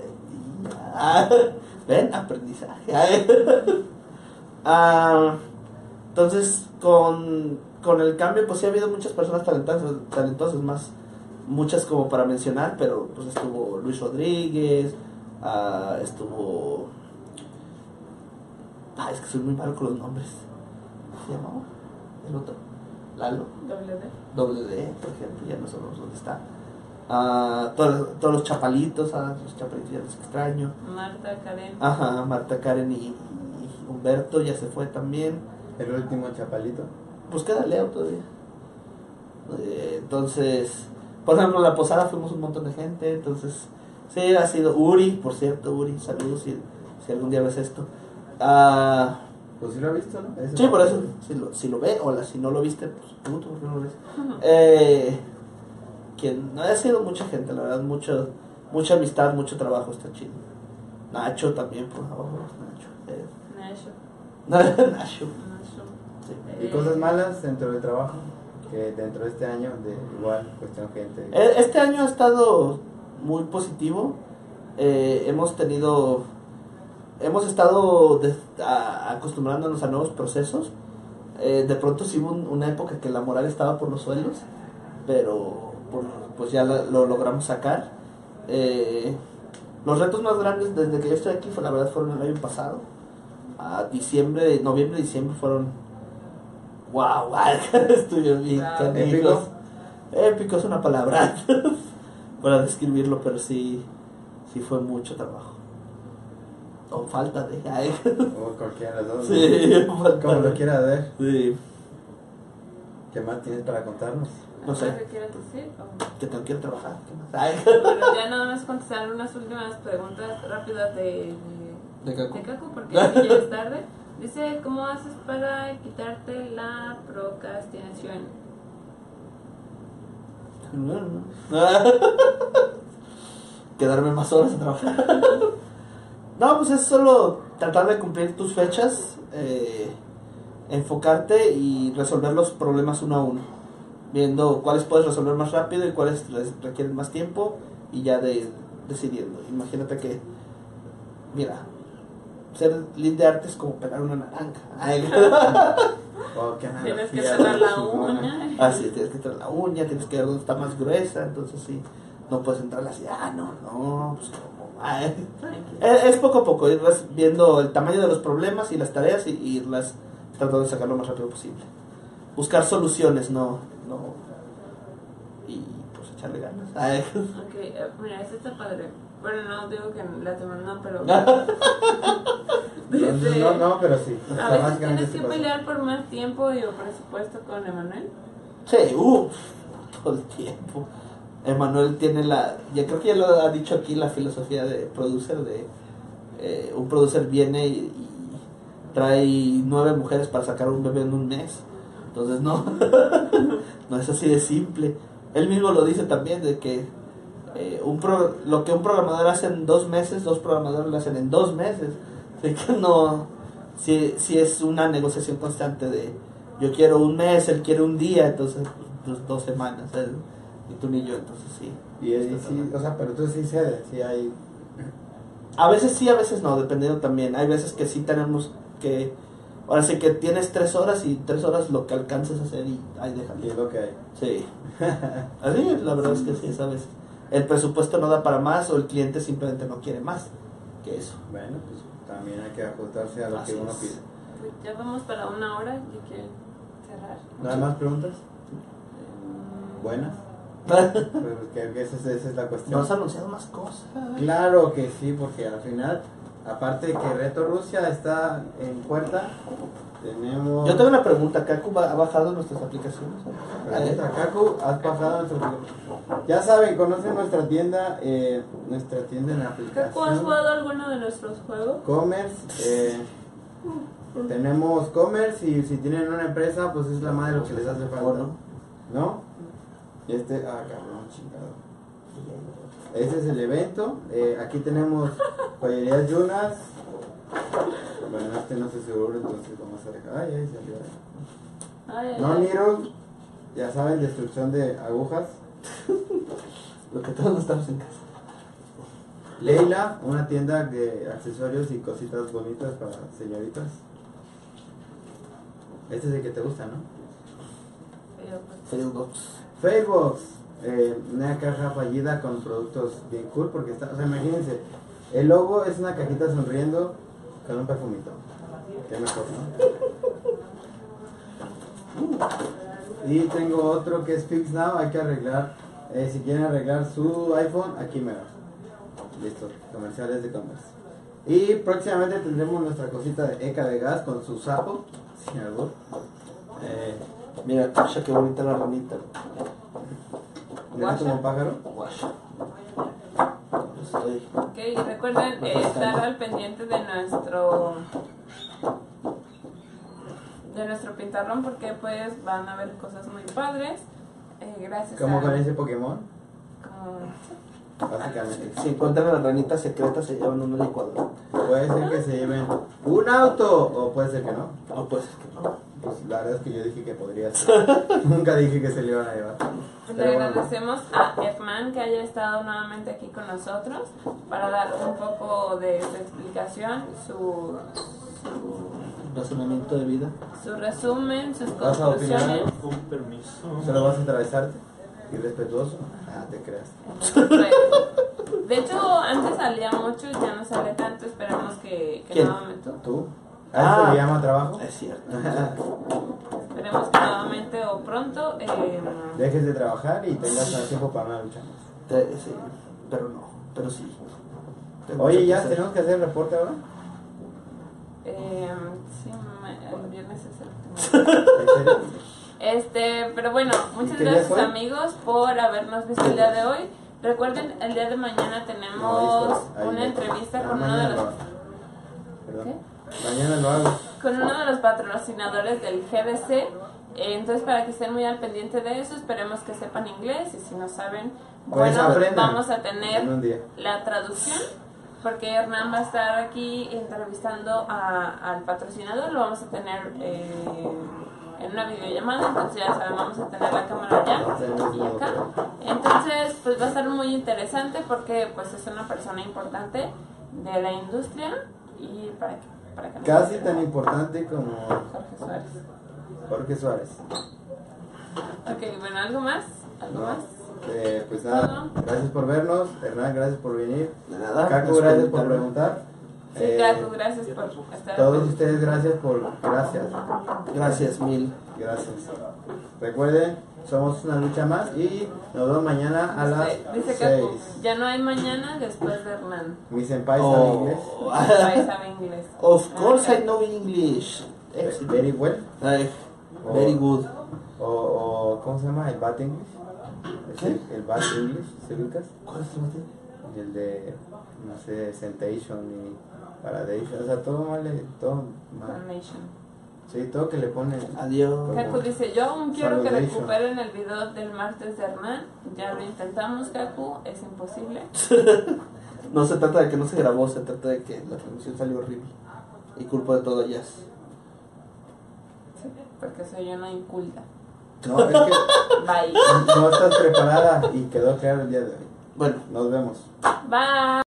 ah, ven, aprendizaje. Ah, eh. Ah, entonces, con, con el cambio, pues sí ha habido muchas personas talentosas, talentosas, más muchas como para mencionar, pero pues estuvo Luis Rodríguez, ah, estuvo... Ah, es que soy muy malo con los nombres. ¿Cómo se llamaba? El otro. Lalo.
Doble D.
WD, por ejemplo, ya no sabemos dónde está. Ah, todos, todos los chapalitos, ah, los chapalitos ya los extraño.
Marta, Karen.
Ajá, Marta, Karen y, y Humberto ya se fue también.
El último chapalito.
Pues queda Leo todavía. Eh, entonces, por ejemplo, en la posada fuimos un montón de gente. Entonces, sí, ha sido Uri, por cierto, Uri, saludos si, si algún día ves esto. Ah,
Pues sí lo ha visto, ¿no?
sí, por eso, si lo, si lo ve, o la- si no lo viste, pues puto, ¿por qué no lo ves? Eh, quien no ha sido mucha gente, la verdad, mucho, mucha amistad, mucho trabajo, está chido. Nacho también, por favor, Nacho. eh.
Nacho.
Nacho,
Nacho.
sí.
Y cosas malas dentro del trabajo, que dentro de este año, de igual, cuestión gente.
E- Este año ha estado muy positivo. Eh, hemos tenido, hemos estado des- a- acostumbrándonos a nuevos procesos. Eh, de pronto sí hubo un- una época que la moral estaba por los suelos, pero por- pues ya la- lo logramos sacar. Eh, los retos más grandes desde que yo estoy aquí, fue, la verdad, fueron el año pasado. A diciembre, noviembre, diciembre fueron. ¡Wow! Estuvieron bien
Wow.
canijos.
Épico.
Épico es una palabra para describirlo, pero sí, sí fue mucho trabajo. O falta de. ay,
O cualquiera de las dos.
sí,
¿no?
falta
Como lo
de-
quiera ver.
Sí,
¿Qué más tienes para contarnos?
No sé.
¿Algo que quieras decir? o-
que tengo que ir a trabajar. ¿qué más? Ay,
Pero ya nada más contestar unas últimas preguntas rápidas de,
de
de,
Cancún.
de Caco, porque aquí ya es tarde. Dice, ¿cómo haces para quitarte la procrastinación?
Quedarme más horas a trabajar. No, pues es solo tratar de cumplir tus fechas, eh, enfocarte y resolver los problemas uno a uno. Viendo cuáles puedes resolver más rápido y cuáles res- requieren más tiempo y ya de, decidiendo. Imagínate que, mira, ser lead de arte es como pelar una naranja. Ay,
Oh, qué
Tienes que
analogía,
cerrar la
chingona.
una.
Así, Ah, tienes que traer la uña, tienes que ver dónde está más gruesa, entonces sí, no puedes entrar así, ah, no, no, pues como,
Tranquilo.
es, es poco a poco, ir res- viendo el tamaño de los problemas y las tareas y, y irlas tratando de sacar lo más rápido posible. Buscar soluciones, no, no, y pues echarle ganas. Ay,
Ok, eh, mira, eso está padre. Bueno, no digo que la semana no, pero...
Ah, No,
Dice,
no, no, pero sí.
A
Está
veces
más grande
tienes
esa
que
cosa.
pelear por más tiempo y o presupuesto con Emanuel.
sí, uff, todo el tiempo. Emanuel tiene la, ya creo que ya lo ha dicho aquí la filosofía de producer de eh, un producer viene y, y trae nueve mujeres para sacar un bebé en un mes. Entonces no, no es así de simple. Él mismo lo dice también de que eh, un pro- lo que un programador hace en dos meses, dos programadores lo hacen en dos meses. Así que no, si, si es una negociación constante de yo quiero un mes, él quiere un día, entonces pues, dos semanas, él, ni tú ni yo, entonces sí.
Y ahí sí, o sea, pero tú sí cedes, sí hay.
A veces sí, a veces no, dependiendo también. Hay veces que sí tenemos que... Ahora sí que tienes tres horas y tres horas lo que alcances a hacer y ahí
¿Qué
déjalo.
es lo que hay?
Sí. Así es, la verdad es que sí, es a veces. El presupuesto no da para más o el cliente simplemente no quiere más que eso.
Bueno, pues también hay que ajustarse a lo
Así
que uno
es.
pide.
Pues ya vamos para una hora, yo quiero cerrar.
¿Nada más preguntas?
Mm,
Buenas. Pues que- que esa, es- esa es la
No has
cuestión.
anunciado más cosas.
Claro que sí, porque al final Aparte de que Reto Rusia está en puerta, tenemos.
Yo tengo una pregunta, ¿Kaku ba- ha bajado nuestras aplicaciones?
Pregunta, Kaku, has pasado nuestro- Ya saben, conocen nuestra tienda, eh, nuestra tienda en la
Caco, ¿has
aplicación.
jugado alguno de nuestros juegos?
Commerce, eh, tenemos Commerce y si tienen una empresa, pues es la madre lo que les hace
¿O
falta.
no?
¿No? Y este, ah, cabrón, chingado. Este es el evento. eh, aquí tenemos joyerías Yunas. Bueno, este no estoy seguro, entonces vamos a dejar. Ay, ay, salió.
Ay,
No
ay,
Nero, ya saben, destrucción de agujas.
Lo que todos estamos en casa.
Leila, una tienda de accesorios y cositas bonitas para señoritas. Este es el que te gusta, ¿no?
pero, pues,
Facebook.
Fairbox, eh, una caja fallida con productos bien cool porque está, o sea, imagínense, el logo es una cajita sonriendo con un perfumito. Qué mejor, ¿no? Y tengo otro que es Fix Now, hay que arreglar, eh, si quieren arreglar su iPhone, aquí me Listo, comerciales de Commerce. Y próximamente tendremos nuestra cosita de Eca de Gas con su sapo, sin albur. Eh,
Mira, Tasha, qué bonita la ranita.
mira como pájaro.
Guasha. Estoy-
ok, y recuerden
Pues,
eh, estar al pendiente de nuestro de nuestro pintarrón porque pues van a ver cosas muy padres. Eh, gracias
Como
a-
con ese Pokémon,
como- pues,
básicamente.
Si encuentran la ranita secreta, se llevan una licuadora.
Puede ser que se lleven un auto o puede ser que no.
No puede ser que no.
Pues la verdad es que yo dije que podría ser. Nunca dije que se le iban a llevar.
Le
Pero bueno.
agradecemos a Efman que haya estado nuevamente aquí con nosotros para dar un poco de su explicación, su, su,
Razonamiento de vida.
su resumen, sus
¿Vas a opinar
conclusiones.
algo?
Con permiso.
Solo vas a atravesarte. Irrespetuoso. Ah, te creas.
Entonces, pues, de hecho, antes salía mucho, ya no sale tanto, esperamos que, que
¿Quién?
nuevamente,
¿Tú? ¿A eso
Ah.
le llama trabajo?
Es cierto.
esperemos que nuevamente o pronto eh,
Dejes de trabajar y tengas más tiempo para una lucha. más.
Te- sí, pero no. Pero sí. Tengo
Oye,
mucho
ya
que
tenemos que hacer el reporte ahora.
eh, sí, ma- el viernes es el último. día.
¿En serio?
Este, pero bueno, muchas
¿Qué día
gracias
fue?
amigos por habernos visto el día de hoy. Recuerden, el día de mañana
No, ahí
tenemos
estoy, ahí
una
ya.
entrevista
Ah,
con uno, de
mañana lo
los,
hago. Perdón. Mañana lo hago.
con uno de los patrocinadores del GDC. Eh, Entonces, para que estén muy al pendiente de eso, esperemos que sepan inglés y si no saben,
Pues
bueno,
aprendan.
vamos a
En
tener
un día.
la traducción porque Hernán va a estar aquí entrevistando a- al patrocinador, lo vamos a tener eh, en una videollamada, entonces ya saben, vamos a tener la cámara allá y acá. Entonces, pues va a estar muy interesante porque pues es una persona importante de la industria y para que, para que nos
Casi
hable
tan importante como
Jorge Suárez.
Jorge Suárez.
Ok, bueno, ¿algo más? ¿Algo
No,
más?
eh, pues nada, gracias por vernos. Hernán, gracias por venir.
De nada.
Caco,
Nos
gracias por
preguntaron.
preguntar.
Sí,
Eh,
Caco, gracias por estar
Todos
aquí.
ustedes, gracias por. Gracias,
Gracias mil.
gracias. Recuerden, somos una lucha más y nos vemos mañana a las
Dice Caco,
6.
ya no hay mañana después de Hernán.
Mi senpai sabe
Oh.
inglés.
Ahí sabe inglés. Ah,
Of course I know English.
eh, Very well.
Ay,
Oh.
Very good.
O, o, ¿cómo se llama? El bat English.
¿Qué?
El bat English, ¿se ubicas?
¿Cuál es tu nombre?
Y el de, no sé, Sentation y Paradation. O sea, todo mal, eh, todo mal.
Carnation.
Sí, todo que le ponen.
Ah, Adiós.
Kaku dice, yo aún quiero que
Saludation.
recuperen el video del martes de Hernán. Ya lo intentamos, Kaku, es imposible.
No se trata de que no se grabó, se trata de que la transmisión salió horrible. Y culpa de todo ellas.
Sí, Porque soy una inculta.
No, es que
Bye.
no estás preparada y quedó claro el día de hoy.
Bueno.
Nos vemos.
Bye.